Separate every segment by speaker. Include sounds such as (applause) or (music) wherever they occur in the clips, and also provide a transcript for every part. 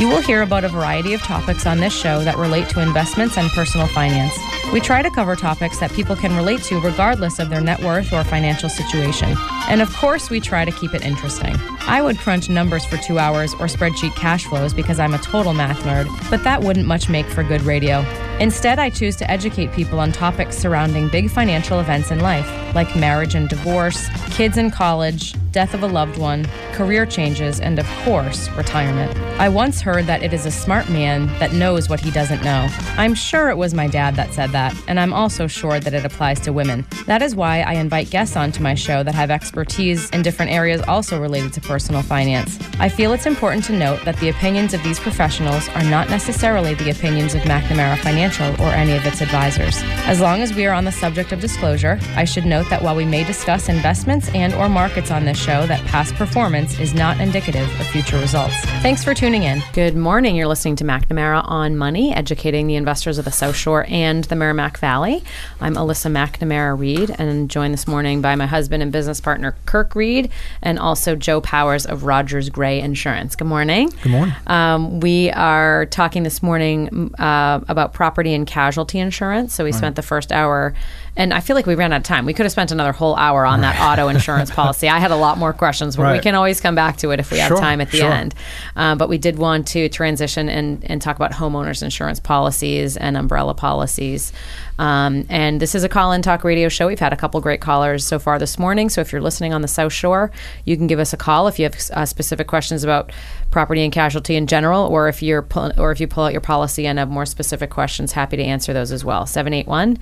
Speaker 1: You will hear about a variety of topics on this show that relate to investments and personal finance. We try to cover topics that people can relate to regardless of their net worth or financial situation. And of course, we try to keep it interesting. I would crunch numbers for two hours or spreadsheet cash flows because I'm a total math nerd, but that wouldn't much make for good radio. Instead, I choose to educate people on topics surrounding big financial events in life, like marriage and divorce, kids in college, death of a loved one, career changes, and of course, retirement. I once heard that it is a smart man that knows what he doesn't know. I'm sure it was my dad that said that, and I'm also sure that it applies to women. That is why I invite guests onto my show that have expertise in different areas also related to personal finance. I feel it's important to note that the opinions of these professionals are not necessarily the opinions of McNamara Financial or any of its advisors. As long as we are on the subject of disclosure, I should note that while we may discuss investments and or markets on this show, that past performance is not indicative of future results. Thanks for tuning in.
Speaker 2: Good morning. You're listening to McNamara on Money, educating the investors of the South Shore and the Merrimack Valley. I'm Alyssa McNamara Reed, and I'm joined this morning by my husband and business partner Kirk Reed, and also Joe Powers of Rogers Gray Insurance. Good morning. Good
Speaker 3: morning.
Speaker 2: Um, we are talking this morning m- uh, about property and casualty insurance. So we spent the first hour, and I feel like we ran out of time. We could have spent another whole hour on that auto
Speaker 3: (laughs)
Speaker 2: insurance policy. I had a lot more questions, but we
Speaker 3: Right.
Speaker 2: can always come back to it if we have
Speaker 3: Sure,
Speaker 2: time at the
Speaker 3: sure.
Speaker 2: end. Uh, but we did want to transition and, and talk about homeowners insurance policies and umbrella policies. Um, and this is a call in talk radio show. We've had a couple great callers so far this morning. So if you're listening on the South Shore, you can give us a call if you have uh, specific questions about property and casualty in general, or if you're pull, or if you pull out your policy and have more specific questions, happy to answer those as well. 781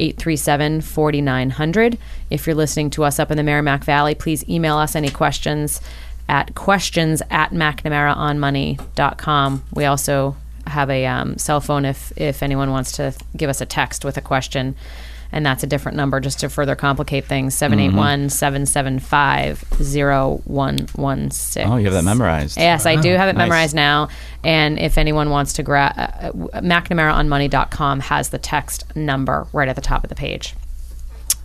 Speaker 2: 837 4900. If you're listening to us up in the Merrimack Valley, please email us any questions at questions at mcnamaraonmoney.com. We also have a um, cell phone if, if anyone wants to give us a text with a question. And that's a different number just to further complicate things 781
Speaker 4: Mm-hmm.
Speaker 2: 775 0116.
Speaker 4: Oh, you have that memorized. Oh,
Speaker 2: Yes, I do have it
Speaker 4: Nice.
Speaker 2: memorized now. And if anyone wants to grab, uh, McNamaraonmoney.com has the text number right at the top of the page.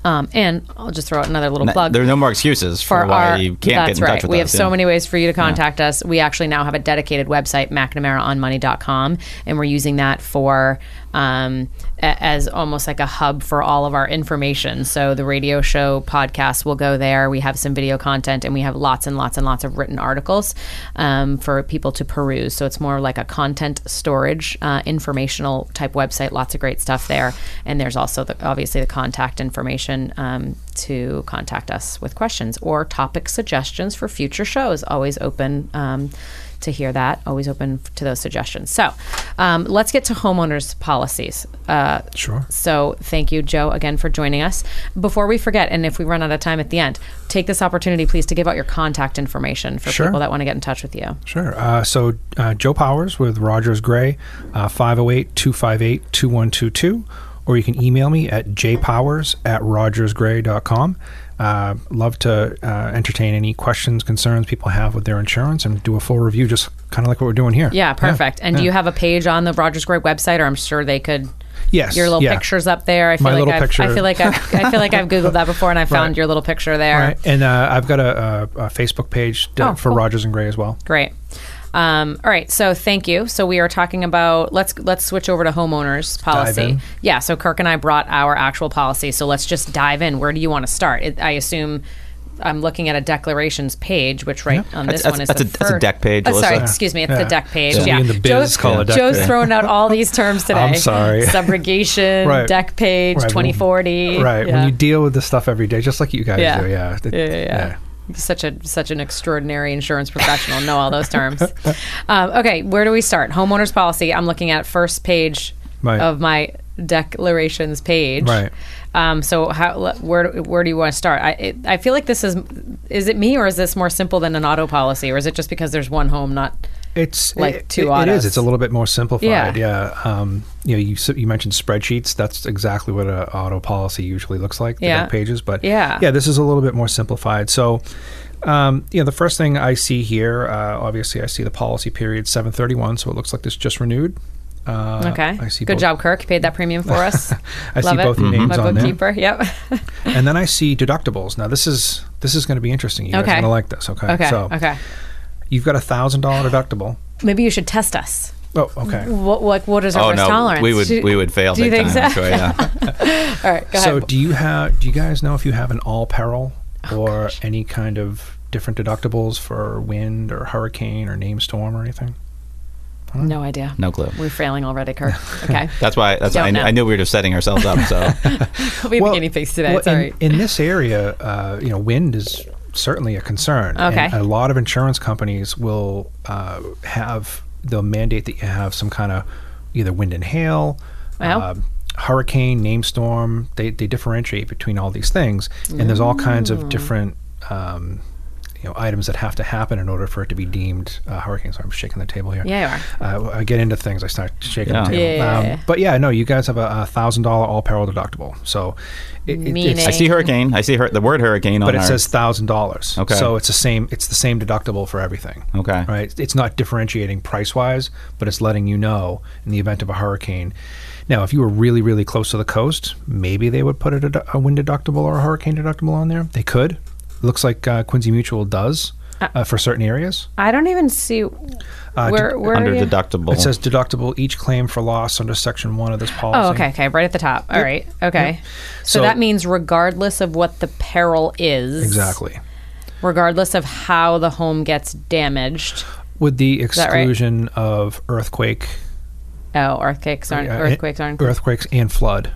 Speaker 2: Um, and I'll just throw out another little
Speaker 4: N-
Speaker 2: plug.
Speaker 4: There are no more excuses for,
Speaker 2: Uh, for
Speaker 4: why
Speaker 2: our,
Speaker 4: you can't
Speaker 2: that's
Speaker 4: get in
Speaker 2: right.
Speaker 4: touch with
Speaker 2: we
Speaker 4: us.
Speaker 2: have so
Speaker 4: yeah.
Speaker 2: many ways for you to contact us. We actually now have a dedicated website, McNamaraOnMoney.com, and we're using that for um, a- as almost like a hub for all of our information. So the radio show podcast will go there. We have some video content, and we have lots and lots and lots of written articles um, for people to peruse. So it's more like a content storage, uh, informational type website. Lots of great stuff there, and there's also the, obviously the contact information um, to contact us with questions or topic suggestions for future shows. Always open um, to hear that. Always open to those suggestions. So um, let's get to homeowners policies. Uh,
Speaker 3: Sure.
Speaker 2: so thank you, Joe, again for joining us. Before we forget, and if we run out of time at the end, take this opportunity, please, to give out your contact information for
Speaker 3: Sure.
Speaker 2: people that want to get in touch with you.
Speaker 3: Sure. Uh, so uh, Joe Powers with Rogers Gray, uh, 508 258 2122. Or you can email me at jpowers at rogersgray.com. Uh, love to uh, entertain any questions, concerns people have with their insurance and do a full review, just kind of like what we're doing here.
Speaker 2: Yeah, perfect. and do
Speaker 3: yeah.
Speaker 2: you have a page on the Rogers Gray website, or I'm sure they could.
Speaker 3: Yes.
Speaker 2: Your little
Speaker 3: yeah.
Speaker 2: pictures up there. I feel
Speaker 3: My
Speaker 2: like
Speaker 3: little
Speaker 2: I've, I
Speaker 3: picture.
Speaker 2: feel like I've, I feel like
Speaker 3: (laughs)
Speaker 2: I've googled that before, and I found
Speaker 3: Right.
Speaker 2: your little picture there.
Speaker 3: All right. And uh, I've got a, a, a Facebook page d-
Speaker 2: Oh,
Speaker 3: for
Speaker 2: cool.
Speaker 3: Rogers and Gray as well.
Speaker 2: Great. Um, all right, so thank you. So we are talking about let's let's switch over to homeowners policy.
Speaker 3: in.
Speaker 2: Yeah, so Kirk and I brought our actual policy. So let's just dive in. Where do you want to start? It, I assume I'm looking at a declarations page, which right on this
Speaker 4: That's- that's-
Speaker 2: one is
Speaker 4: that's
Speaker 2: the
Speaker 4: a- that's a
Speaker 2: fir-
Speaker 4: deck page,
Speaker 2: Oh, sorry,
Speaker 4: Alyssa.
Speaker 2: excuse me, it's
Speaker 3: Yeah.
Speaker 2: the deck page.
Speaker 3: So we
Speaker 2: yeah,
Speaker 3: in the biz
Speaker 2: Joe's,
Speaker 3: call it deck
Speaker 2: Joe's
Speaker 3: page.
Speaker 2: throwing out all these terms today.
Speaker 3: (laughs) I'm sorry.
Speaker 2: Subrogation,
Speaker 3: (laughs) Right.
Speaker 2: deck page,
Speaker 3: Right, when-
Speaker 2: 2040.
Speaker 3: Right.
Speaker 2: yeah.
Speaker 3: When you deal with this stuff every day, just like you guys
Speaker 2: Yeah.
Speaker 3: do. Yeah. It-
Speaker 2: yeah, yeah, yeah. Such a such an extraordinary insurance professional. know all those
Speaker 3: (laughs)
Speaker 2: terms. um, okay, where do we start? Homeowners policy. I'm looking at first page
Speaker 3: Right.
Speaker 2: of my declarations page.
Speaker 3: Right.
Speaker 2: Um, so how where where do you want to start? I it, I feel like this is is it me or is this more simple than an auto policy or is it just because there's one home not
Speaker 3: It's
Speaker 2: Like
Speaker 3: it-
Speaker 2: two
Speaker 3: it- It
Speaker 2: autos.
Speaker 3: is. It's a little bit more
Speaker 2: Yeah.
Speaker 3: simplified. Yeah. Um, you know, you s- you mentioned spreadsheets. That's exactly what an auto policy usually looks like. The
Speaker 2: Yeah.
Speaker 3: back pages, but
Speaker 2: Yeah.
Speaker 3: yeah, this is a little bit more simplified. So. Um, you know, the first thing I see here, uh, obviously, I see the policy period 731, so it looks like this just renewed. Uh,
Speaker 2: okay?
Speaker 3: I see
Speaker 2: Good
Speaker 3: both-
Speaker 2: job, Kirk. You paid that premium for us.
Speaker 3: (laughs) I
Speaker 2: Love
Speaker 3: see
Speaker 2: it.
Speaker 3: both your names
Speaker 2: my
Speaker 3: on there.
Speaker 2: bookkeeper. Yep.
Speaker 3: and then I see deductibles. Now this is this is going to be interesting. You guys
Speaker 2: Okay.
Speaker 3: are going to like this. Okay.
Speaker 2: (laughs) okay.
Speaker 3: So
Speaker 2: okay.
Speaker 3: you've got a thousand dollar deductible.
Speaker 2: Maybe you should test us.
Speaker 3: Oh, okay.
Speaker 2: What what what is our
Speaker 4: Oh
Speaker 2: risk
Speaker 4: no,
Speaker 2: tolerance?
Speaker 4: we would
Speaker 2: Do-
Speaker 4: we would fail
Speaker 2: do you
Speaker 4: big
Speaker 2: think
Speaker 4: time. I'm
Speaker 2: so?
Speaker 4: sure, yeah.
Speaker 2: All right, go
Speaker 3: So
Speaker 2: ahead.
Speaker 3: do you have? Do you guys know if you have an all peril
Speaker 2: Oh,
Speaker 3: or any kind of different deductibles for wind or hurricane or name storm or anything?
Speaker 2: No idea.
Speaker 4: No clue.
Speaker 2: We're failing already,
Speaker 4: (laughs)
Speaker 2: Kirk. Okay.
Speaker 4: That's why. That's why
Speaker 2: (laughs) Don't
Speaker 4: I, kn-
Speaker 2: know.
Speaker 4: I knew we were just setting ourselves up.
Speaker 2: (laughs)
Speaker 4: So
Speaker 2: we have guinea pigs today.
Speaker 3: well,
Speaker 2: it's all
Speaker 3: in-
Speaker 2: right.
Speaker 3: In, this area, uh, you know, wind is certainly a concern. and
Speaker 2: Okay.
Speaker 3: a lot of insurance companies will uh, have they'll mandate that you have some kind of either wind and hail.
Speaker 2: Well.
Speaker 3: uh, Hurricane, name storm, they, they differentiate between all these things. And there's all kinds
Speaker 2: Mm.
Speaker 3: of different um, you know, items that have to happen in order for it to be deemed a hurricane. So I'm shaking the table here.
Speaker 2: Yeah, you are.
Speaker 3: Uh, I get into things, I start shaking
Speaker 4: Yeah.
Speaker 3: the table. Um,
Speaker 2: Yeah.
Speaker 3: but yeah, no, you guys have a, a $1,000 all peril deductible. So it, it, it's
Speaker 4: I see hurricane. I see hur- the word hurricane on
Speaker 3: but it
Speaker 4: our-
Speaker 3: says thousand dollars.
Speaker 4: Okay.
Speaker 3: So it's the same. It's the same deductible for everything.
Speaker 4: Okay.
Speaker 3: Right. It's not differentiating price wise, but it's letting you know in the event of a hurricane. Now, if you were really, really close to the coast, maybe they would put a, dedu- a wind deductible or a hurricane deductible on there. They could. Looks like uh, Quincy Mutual does uh, for certain areas.
Speaker 2: I don't even see
Speaker 3: Uh,
Speaker 2: where where
Speaker 4: under
Speaker 2: are you?
Speaker 4: deductible.
Speaker 3: It says deductible each claim for loss under Section One of this policy.
Speaker 2: Oh, okay, okay, right at the top. All right, okay. So,
Speaker 3: So-
Speaker 2: that means regardless of what the peril is,
Speaker 3: Exactly.
Speaker 2: regardless of how the home gets damaged,
Speaker 3: With the
Speaker 2: that right?
Speaker 3: exclusion of earthquake
Speaker 2: oh, earthquakes aren't
Speaker 3: Yeah, and-
Speaker 2: earthquakes aren't
Speaker 3: earthquakes and flood.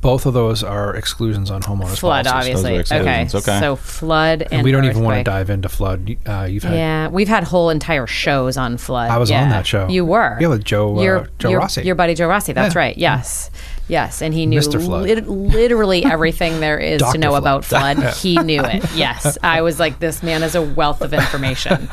Speaker 3: Both of those are exclusions on homeowners
Speaker 2: flood,
Speaker 3: policies.
Speaker 2: obviously.
Speaker 4: Those are
Speaker 2: Okay,
Speaker 4: exclusions, okay.
Speaker 2: so flood and,
Speaker 3: And we don't even want to
Speaker 2: earthquake.
Speaker 3: dive into flood. Uh, you've had
Speaker 2: Yeah, we've had whole entire shows on flood.
Speaker 3: I was
Speaker 2: Yeah.
Speaker 3: on that show.
Speaker 2: You were.
Speaker 3: Yeah, with Joe, uh,
Speaker 2: Your-
Speaker 3: Joe
Speaker 2: your-
Speaker 3: Rossi.
Speaker 2: Your buddy Joe Rossi. That's
Speaker 3: Yeah.
Speaker 2: right. Yes. Yes, and he knew
Speaker 3: Mr. Flood.
Speaker 2: lit-
Speaker 3: (laughs)
Speaker 2: literally everything there is to
Speaker 3: Dr.
Speaker 2: know
Speaker 3: Flood.
Speaker 2: about flood.
Speaker 3: (laughs)
Speaker 2: He knew it. Yes, I was like, this man is a wealth of
Speaker 3: (laughs)
Speaker 2: information,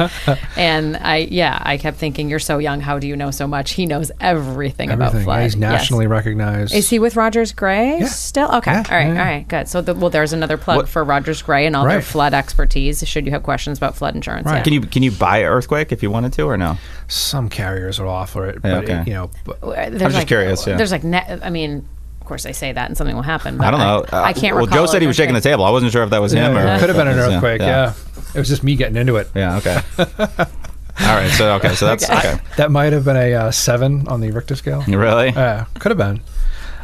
Speaker 2: and I yeah, I kept thinking, you're so young. How do you know so much? He knows everything, about
Speaker 3: everything.
Speaker 2: flood.
Speaker 3: Yeah, he's
Speaker 2: Yes.
Speaker 3: nationally recognized.
Speaker 2: Is he with Rogers Gray
Speaker 3: Yeah.
Speaker 2: still? Okay.
Speaker 3: Yeah,
Speaker 2: all right.
Speaker 3: yeah, yeah.
Speaker 2: All right. Good. So, the, well, there's another plug
Speaker 4: What-
Speaker 2: for Rogers Gray and all their
Speaker 3: Right.
Speaker 2: flood expertise. Should you have questions about flood insurance?
Speaker 3: Right.
Speaker 2: Yeah.
Speaker 4: can you can you buy earthquake if you wanted to or no?
Speaker 3: Some carriers will offer it, but
Speaker 4: Yeah,
Speaker 3: it-
Speaker 4: okay.
Speaker 3: you know, but
Speaker 2: I'm
Speaker 4: just curious, yeah.
Speaker 2: There's like, net, I mean, of course, I say that and something will happen. But
Speaker 4: I don't know. Uh,
Speaker 2: I, can't.
Speaker 4: Well,
Speaker 2: recall
Speaker 4: Joe said he
Speaker 2: it.
Speaker 4: was shaking the table. I wasn't sure if that was him or
Speaker 3: yeah, it could have been an
Speaker 4: Yeah,
Speaker 3: earthquake. Yeah. it was just me getting into it.
Speaker 4: Yeah.
Speaker 3: (laughs)
Speaker 4: Okay. All right. So okay. So that's okay.
Speaker 3: That might have been a uh, seven on the Richter scale.
Speaker 4: Really?
Speaker 3: Yeah, could have been.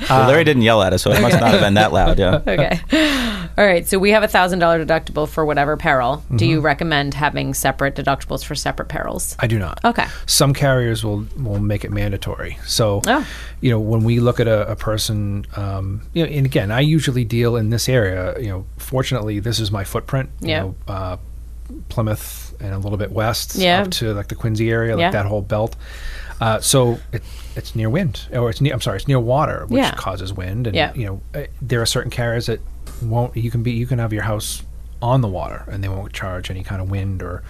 Speaker 4: Well,
Speaker 3: um,
Speaker 4: Larry didn't yell at us, so it must not have been that loud. Yeah.
Speaker 2: Okay.
Speaker 4: (laughs)
Speaker 2: All right. So we have a thousand dollar deductible for whatever peril. Do
Speaker 4: Mm-hmm.
Speaker 2: you recommend having separate deductibles for separate perils?
Speaker 3: I do not.
Speaker 2: Okay.
Speaker 3: Some carriers will will make it mandatory. So,
Speaker 2: Oh.
Speaker 3: you know, when we look at a, a person, um, you know, and again, I usually deal in this area. You know, fortunately, this is my footprint.
Speaker 2: Yeah.
Speaker 3: You know, uh, Plymouth and a little bit west
Speaker 2: Yeah.
Speaker 3: up to like the Quincy area, like
Speaker 2: Yeah.
Speaker 3: that whole belt. Uh, so it, it's near wind, or it's near. I'm sorry, it's near water, which
Speaker 2: Yeah.
Speaker 3: causes wind. And
Speaker 2: Yeah.
Speaker 3: you know, uh, there are certain carriers that won't. You can be. You can have your house on the water, and they won't charge any kind of wind or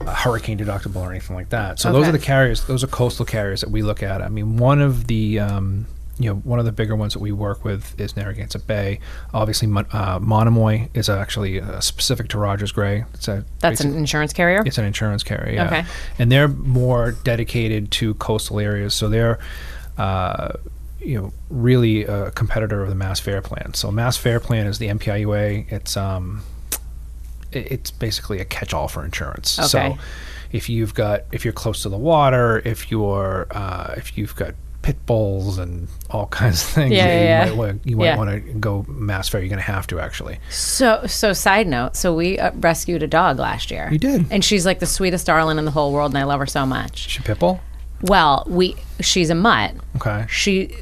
Speaker 3: a hurricane deductible or anything like that. So those
Speaker 2: Okay.
Speaker 3: are the carriers. Those are coastal carriers that we look at. I mean, one of the um, you know one of the bigger ones that we work with is Narragansett Bay. Obviously, Mon- uh, Monomoy is actually uh, specific to Rogers Gray. It's a
Speaker 2: That's an
Speaker 3: basic-
Speaker 2: insurance carrier.
Speaker 3: it's an insurance carrier. Yeah.
Speaker 2: Okay.
Speaker 3: And they're more dedicated to coastal areas, so they're. Uh, you know, really a competitor of the Mass Fair Plan. So Mass Fair Plan is the MPIUA. It's um, it- it's basically a catch-all for insurance. So,
Speaker 2: Okay.
Speaker 3: if you've got if you're close to the water, if you're uh, if you've got pit bulls and all (laughs) kinds of things
Speaker 2: Yeah,
Speaker 3: that you
Speaker 2: yeah, yeah.
Speaker 3: might want you might
Speaker 2: Yeah.
Speaker 3: want to go mass fair. You're going to have to actually.
Speaker 2: So, so side note. So we uh, rescued a dog last year.
Speaker 3: You did?
Speaker 2: and she's like the sweetest darling in the whole world, and I love her so much.
Speaker 3: Should pit bull?
Speaker 2: Well, we she's a mutt.
Speaker 3: Okay.
Speaker 2: She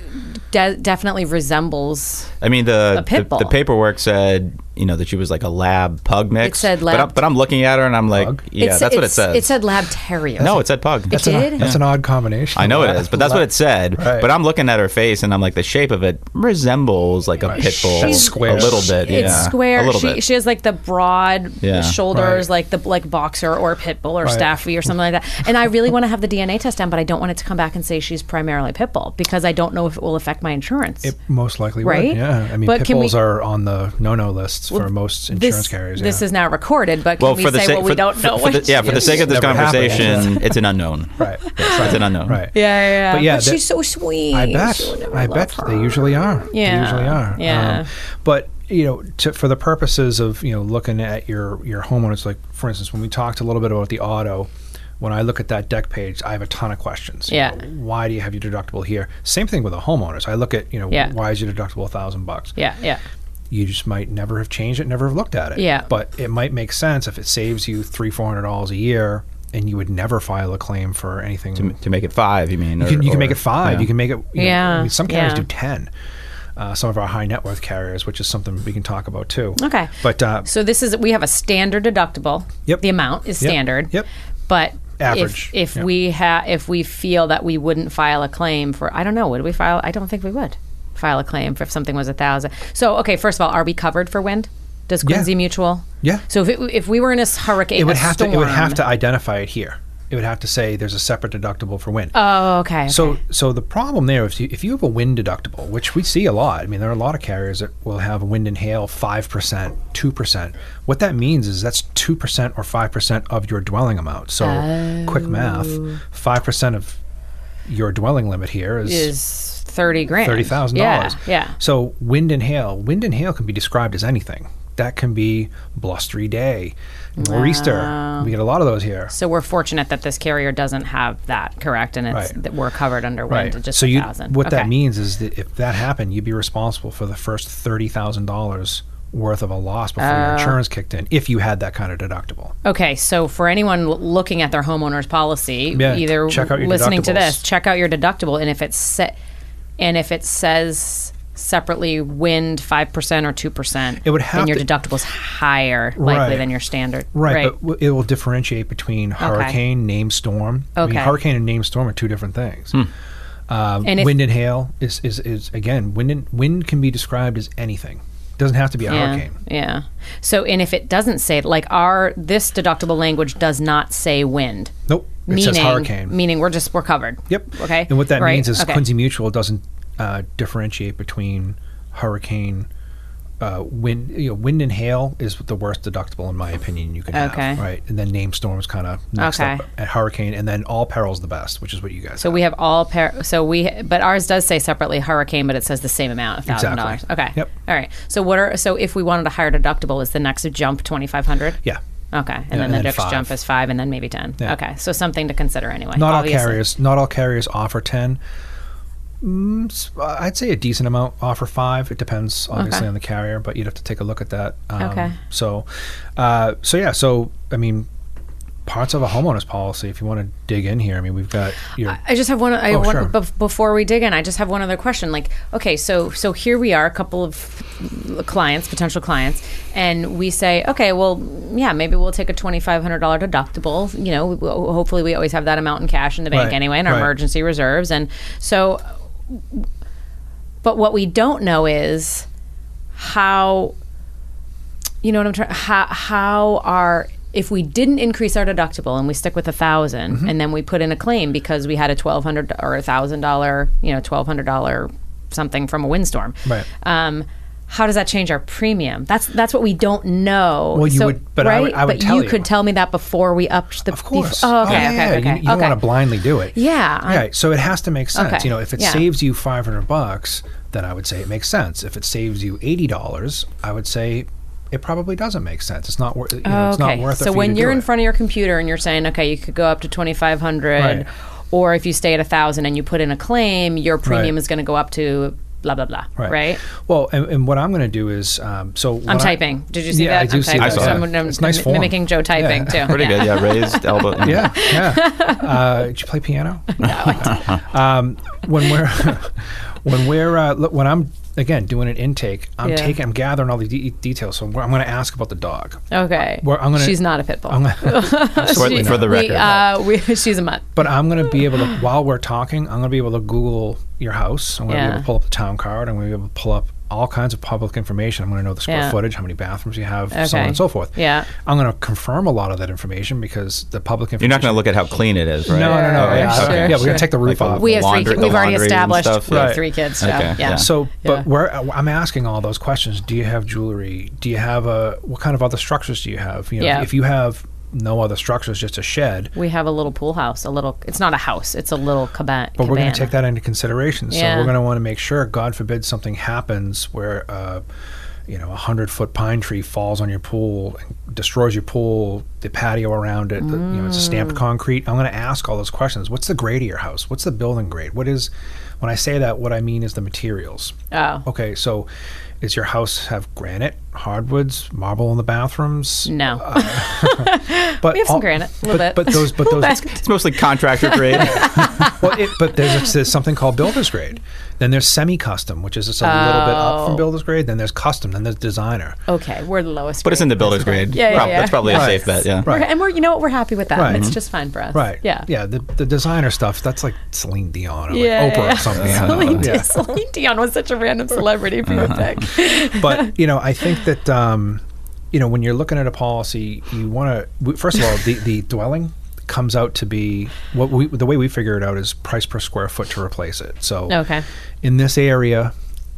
Speaker 2: de- definitely resembles.
Speaker 4: I mean, the,
Speaker 2: A pit
Speaker 4: the the
Speaker 2: bull.
Speaker 4: paperwork said you know that she was like a lab pug mix.
Speaker 2: said
Speaker 4: But
Speaker 2: lab-
Speaker 4: I'm, but I'm looking at her and I'm like,
Speaker 3: Pug?
Speaker 4: yeah,
Speaker 2: It's-
Speaker 4: that's what it
Speaker 2: it's-
Speaker 4: says.
Speaker 2: It said lab terrier.
Speaker 4: no, it said pug.
Speaker 2: That's an- did?
Speaker 3: That's an odd combination.
Speaker 4: I know it is, but that's what it said.
Speaker 3: Right.
Speaker 4: But I'm looking at her face, and I'm like, the shape of it resembles like a pit bull,
Speaker 2: She's-
Speaker 4: a little
Speaker 2: It's
Speaker 4: bit. yeah,
Speaker 2: square.
Speaker 4: a little
Speaker 2: she,
Speaker 4: bit.
Speaker 2: she has like the broad
Speaker 4: Yeah.
Speaker 2: shoulders,
Speaker 3: Right.
Speaker 2: like the like boxer or pit bull or staffy or something like that. And I really want to have the DNA test done, but I don't want it to come back and say she's primarily pit bull because I don't know if it will affect my insurance.
Speaker 3: It most likely
Speaker 2: Right?
Speaker 3: would. Yeah. I mean,
Speaker 2: But
Speaker 3: pit
Speaker 2: can we-
Speaker 3: bulls are on the no-no lists for most
Speaker 2: this,
Speaker 3: insurance carriers.
Speaker 2: this
Speaker 3: yeah.
Speaker 2: is not recorded, but can
Speaker 4: well,
Speaker 2: we
Speaker 4: for the
Speaker 2: say
Speaker 4: sake,
Speaker 2: well,
Speaker 4: for,
Speaker 2: we don't
Speaker 4: for-
Speaker 2: know
Speaker 4: for
Speaker 2: what
Speaker 4: the- yeah, for the
Speaker 2: she
Speaker 4: sake of this
Speaker 2: is?
Speaker 3: Never happened. (laughs)
Speaker 4: conversation, it's an unknown.
Speaker 3: right.
Speaker 4: Yes, It's an unknown.
Speaker 3: Right.
Speaker 2: (laughs) (laughs) Yeah, yeah, yeah.
Speaker 3: But yeah,
Speaker 2: but
Speaker 3: that-
Speaker 2: she's so sweet.
Speaker 3: I bet.
Speaker 2: She would never
Speaker 3: I
Speaker 2: love
Speaker 3: bet
Speaker 2: her.
Speaker 3: they usually are.
Speaker 2: Yeah.
Speaker 3: They usually are. Um,
Speaker 2: Yeah.
Speaker 3: but you know, to, for the purposes of you know looking at your your homeowners, like for instance, when we talked a little bit about the auto. When I look at that deck page, I have a ton of questions. You
Speaker 2: Yeah.
Speaker 3: know, why do you have your deductible here? Same thing with the homeowners. I look at, you know,
Speaker 2: Yeah.
Speaker 3: why is your deductible a thousand bucks?
Speaker 2: Yeah, yeah.
Speaker 3: you just might never have changed it, never have looked at it.
Speaker 2: Yeah.
Speaker 3: But it might make sense if it saves you three, four hundred dollars a year, and you would never file a claim for anything.
Speaker 4: To, to make it five, you mean?
Speaker 3: you can, you can make it five. You can make it. You Know,
Speaker 2: Yeah,
Speaker 3: I mean, some carriers
Speaker 2: yeah.
Speaker 3: do ten. Uh, some of our high net worth carriers, which is something we can talk about too.
Speaker 2: Okay.
Speaker 3: But uh,
Speaker 2: So this is we have a standard deductible.
Speaker 3: Yep.
Speaker 2: The amount is
Speaker 3: Yep.
Speaker 2: standard.
Speaker 3: Yep.
Speaker 2: But
Speaker 3: Average.
Speaker 2: If, if
Speaker 3: Yeah.
Speaker 2: we ha- if we feel that we wouldn't file a claim for, I don't know, would we file? I don't think we would file a claim for if something was a thousand. So okay, first of all, are we covered for wind? Does
Speaker 3: Yeah.
Speaker 2: Quincy Mutual?
Speaker 3: Yeah.
Speaker 2: So if it, if we were in a hurricane,
Speaker 3: it would
Speaker 2: a
Speaker 3: have
Speaker 2: storm,
Speaker 3: to. It would have to identify it here. It would have to say there's a separate deductible for wind.
Speaker 2: Oh, okay. okay.
Speaker 3: So, so the problem there is if you have a wind deductible, which we see a lot. I mean, there are a lot of carriers that will have wind and hail five percent, two percent. What that means is that's two percent or five percent of your dwelling amount. So, quick
Speaker 2: Oh.
Speaker 3: math: five percent of your dwelling limit here is,
Speaker 2: is thirty grand.
Speaker 3: thirty thousand
Speaker 2: Yeah.
Speaker 3: dollars.
Speaker 2: Yeah.
Speaker 3: So, wind and hail. Wind and hail can be described as anything. That can be blustery day, nor'easter. We get a lot of those here.
Speaker 2: So we're fortunate that this carrier doesn't have that, correct? And it's
Speaker 3: Right.
Speaker 2: that we're covered under wind
Speaker 3: Right.
Speaker 2: to just
Speaker 3: so
Speaker 2: a
Speaker 3: you,
Speaker 2: thousand.
Speaker 3: what that
Speaker 2: Okay.
Speaker 3: means is that if that happened, you'd be responsible for the first thirty thousand dollars worth of a loss before
Speaker 2: Oh.
Speaker 3: your insurance kicked in, if you had that kind of deductible.
Speaker 2: Okay, so for anyone l- looking at their homeowner's policy,
Speaker 3: Yeah,
Speaker 2: either
Speaker 3: check out your
Speaker 2: listening to this,
Speaker 3: deductibles.
Speaker 2: check out your deductible, and if it's set, and if it says separately wind five percent or two percent,
Speaker 3: It would have
Speaker 2: then your
Speaker 3: to-
Speaker 2: deductible's higher likely
Speaker 3: Right.
Speaker 2: than your standard,
Speaker 3: Right, but w- it will differentiate between hurricane, named storm. I mean,
Speaker 2: Okay.
Speaker 3: hurricane and named storm are two different things. Um,
Speaker 2: And if-
Speaker 3: wind and hail is, is, is again wind. And, wind can be described as anything. Doesn't have to be a
Speaker 2: yeah,
Speaker 3: hurricane.
Speaker 2: yeah. So, and if it doesn't say like our this deductible language does not say wind,
Speaker 3: Nope. It
Speaker 2: meaning
Speaker 3: says hurricane.
Speaker 2: meaning we're just we're covered.
Speaker 3: Yep.
Speaker 2: Okay.
Speaker 3: And what that
Speaker 2: Right?
Speaker 3: means is
Speaker 2: Okay.
Speaker 3: Quincy Mutual doesn't uh, differentiate between hurricane, uh, wind, you know, wind and hail is the worst deductible in my opinion you can
Speaker 2: Okay.
Speaker 3: have. Right. And then named storms kind of next
Speaker 2: Okay.
Speaker 3: up at hurricane, and then all perils the best, which is what you guys.
Speaker 2: So we have all pair. So we, but ours does say separately hurricane, but it says the same amount, thousand dollars.
Speaker 3: Exactly.
Speaker 2: Okay.
Speaker 3: Yep.
Speaker 2: All right. So what are so if we wanted a higher deductible, is the next jump twenty five hundred?
Speaker 3: yeah.
Speaker 2: Okay, and then
Speaker 3: and
Speaker 2: the
Speaker 3: then
Speaker 2: next
Speaker 3: five.
Speaker 2: jump is five, and then maybe ten.
Speaker 3: Yeah.
Speaker 2: Okay, so something to consider anyway.
Speaker 3: Not
Speaker 2: obviously.
Speaker 3: all carriers. Not all carriers offer ten. Mm, s- uh, I'd say a decent amount offer five. It depends, obviously,
Speaker 2: Okay.
Speaker 3: on the carrier, but you'd have to take a look at that. Um,
Speaker 2: Okay.
Speaker 3: So, uh, so yeah. So I mean, parts of a homeowner's policy. If you want to dig in here, I mean, we've got your
Speaker 2: I just have one. I
Speaker 3: Oh,
Speaker 2: one
Speaker 3: sure.
Speaker 2: bef- before we dig in, I just have one other question. Like, okay, so so here we are, a couple of clients, potential clients, and we say, okay, well, yeah, maybe we'll take a twenty five hundred dollar deductible. You know, we- ho- hopefully we always have that amount in cash in the bank
Speaker 3: Right,
Speaker 2: anyway, in our
Speaker 3: right.
Speaker 2: emergency reserves, and so. But what we don't know is how you know what I'm trying how how are if we didn't increase our deductible and we stick with a 1000
Speaker 3: Mm-hmm.
Speaker 2: and then we put in a claim because we had a twelve hundred or a thousand dollar you know twelve hundred dollar something from a windstorm
Speaker 3: Right.
Speaker 2: um how does that change our premium? That's that's what we don't know.
Speaker 3: Well, you
Speaker 2: So-
Speaker 3: would- but I
Speaker 2: right?
Speaker 3: would- I would
Speaker 2: but
Speaker 3: tell
Speaker 2: you,
Speaker 3: you.
Speaker 2: could tell me that before we upped the.
Speaker 3: Of course.
Speaker 2: oh, okay,
Speaker 3: yeah,
Speaker 2: okay, okay,
Speaker 3: You, you don't
Speaker 2: okay.
Speaker 3: want to blindly do it.
Speaker 2: Yeah, I'm-
Speaker 3: Right. So it has to make sense.
Speaker 2: Okay,
Speaker 3: You know, if it
Speaker 2: yeah.
Speaker 3: saves you 500 bucks, then I would say it makes sense. If it saves you $80, I would say it probably doesn't make sense. It's not worth. You know, It's not worth. it
Speaker 2: so
Speaker 3: for
Speaker 2: when
Speaker 3: you to
Speaker 2: you're
Speaker 3: do
Speaker 2: in
Speaker 3: it.
Speaker 2: front of your computer and you're saying, okay, you could go up to 2,500,
Speaker 3: Right.
Speaker 2: or if you stay at 1,000 and you put in a claim, your premium
Speaker 3: Right.
Speaker 2: is going to go up to blah, blah, blah. Right?
Speaker 3: Well, and, and what I'm going to do is, um, so
Speaker 2: I'm
Speaker 3: what I-
Speaker 2: typing. Did you see
Speaker 3: Yeah,
Speaker 2: that?
Speaker 3: I do
Speaker 2: am
Speaker 3: see
Speaker 2: typing.
Speaker 4: that. I saw
Speaker 2: So
Speaker 4: that.
Speaker 2: I'm, I'm
Speaker 3: It's nice
Speaker 2: mim-
Speaker 3: form.
Speaker 2: mimicking Joe typing too.
Speaker 4: (laughs) Pretty
Speaker 2: Yeah.
Speaker 4: good.
Speaker 3: (laughs)
Speaker 4: Yeah, raised elbow.
Speaker 3: Yeah,
Speaker 2: (laughs)
Speaker 3: yeah. uh, did you play piano? (laughs) um, when we're (laughs) when we're uh, look, when I'm again doing an intake, I'm
Speaker 2: Yeah.
Speaker 3: taking, I'm gathering all the de- details. So I'm going to ask about the dog.
Speaker 2: Okay.
Speaker 3: Well, I'm gonna-
Speaker 2: she's not a pit bull. (laughs)
Speaker 3: I'm gonna, (laughs)
Speaker 4: For,
Speaker 2: She-
Speaker 4: for the
Speaker 2: we,
Speaker 4: record.
Speaker 2: uh, we, (laughs) she's a mutt.
Speaker 3: but I'm going to be able to while we're talking, I'm going to be able to Google your house. I'm going to be
Speaker 2: Yeah.
Speaker 3: able to pull up the town card. I'm going to be able to pull up all kinds of public information. I'm going to know the square
Speaker 2: Yeah.
Speaker 3: footage, how many bathrooms you have, so
Speaker 2: Okay.
Speaker 3: on and so forth.
Speaker 2: Yeah.
Speaker 3: I'm going to confirm a lot of that information because the public
Speaker 4: You're
Speaker 3: information.
Speaker 4: not going to look at how clean it is, right?
Speaker 3: No, no, no.
Speaker 2: Sure,
Speaker 3: yeah,
Speaker 2: sure,
Speaker 3: yeah, we're
Speaker 2: sure.
Speaker 3: going to take the roof
Speaker 4: Like
Speaker 3: off.
Speaker 4: the
Speaker 2: We have three.
Speaker 4: laundry-
Speaker 2: ki-
Speaker 4: the
Speaker 2: We've already
Speaker 4: laundry and
Speaker 2: established
Speaker 4: stuff,
Speaker 2: we have
Speaker 3: yeah.
Speaker 2: three kids. So,
Speaker 4: Okay,
Speaker 2: yeah.
Speaker 4: yeah.
Speaker 3: So,
Speaker 2: Yeah.
Speaker 3: but we're, I'm asking all those questions. Do you have jewelry? Do you have a what kind of other structures do you have? You know,
Speaker 2: Yeah.
Speaker 3: if you have no other structures, just a shed.
Speaker 2: We have a little pool house. A little. It's not a house. It's a little cabana.
Speaker 3: But we're going to take that into consideration. So
Speaker 2: Yeah.
Speaker 3: we're going to want to make sure, God forbid, something happens where, uh, you know, a hundred foot pine tree falls on your pool, and destroys your pool, the patio around it. The, you know, it's a stamped
Speaker 2: Mm.
Speaker 3: concrete. I'm going to ask all those questions. What's the grade of your house? What's the building grade? What is? When I say that, what I mean is the materials.
Speaker 2: Oh.
Speaker 3: Okay, so does your house have granite, hardwoods, marble in the bathrooms?
Speaker 2: No. (laughs)
Speaker 3: But
Speaker 2: we have some granite, a little
Speaker 3: Uh,
Speaker 2: bit.
Speaker 3: but, But
Speaker 2: (laughs)
Speaker 3: those, but those,
Speaker 4: It's mostly contractor grade.
Speaker 3: well, it, (laughs) but there's, there's something called builder's grade. Then there's semi-custom, which is just a little bit up
Speaker 2: Oh.
Speaker 3: from builder's grade. Then there's custom. Then there's designer.
Speaker 2: okay. We're the lowest.
Speaker 4: Put us in the builder's grade.
Speaker 2: Yeah, yeah,
Speaker 4: Prob-
Speaker 2: yeah.
Speaker 4: That's probably a
Speaker 3: Right.
Speaker 4: safe bet, yeah.
Speaker 3: Right.
Speaker 2: We're- and we're you know what we're happy with that.
Speaker 3: Right.
Speaker 2: It's
Speaker 3: Mhm.
Speaker 2: just fine for us.
Speaker 3: Right.
Speaker 2: Yeah.
Speaker 3: Yeah. The, the designer stuff. That's like Celine Dion or
Speaker 2: Yeah,
Speaker 3: like Oprah
Speaker 2: yeah.
Speaker 3: or something. I don't
Speaker 2: (laughs)
Speaker 3: know.
Speaker 2: Celine,
Speaker 3: Yeah. Uh-huh.
Speaker 2: Celine Dion was such a random celebrity for a pick.
Speaker 3: but you know, I think that um, you know when you're looking at a policy, you want to first of all the the dwelling comes out to be what we the way we figure it out is price per square foot to replace it. So
Speaker 2: Okay.
Speaker 3: in this area,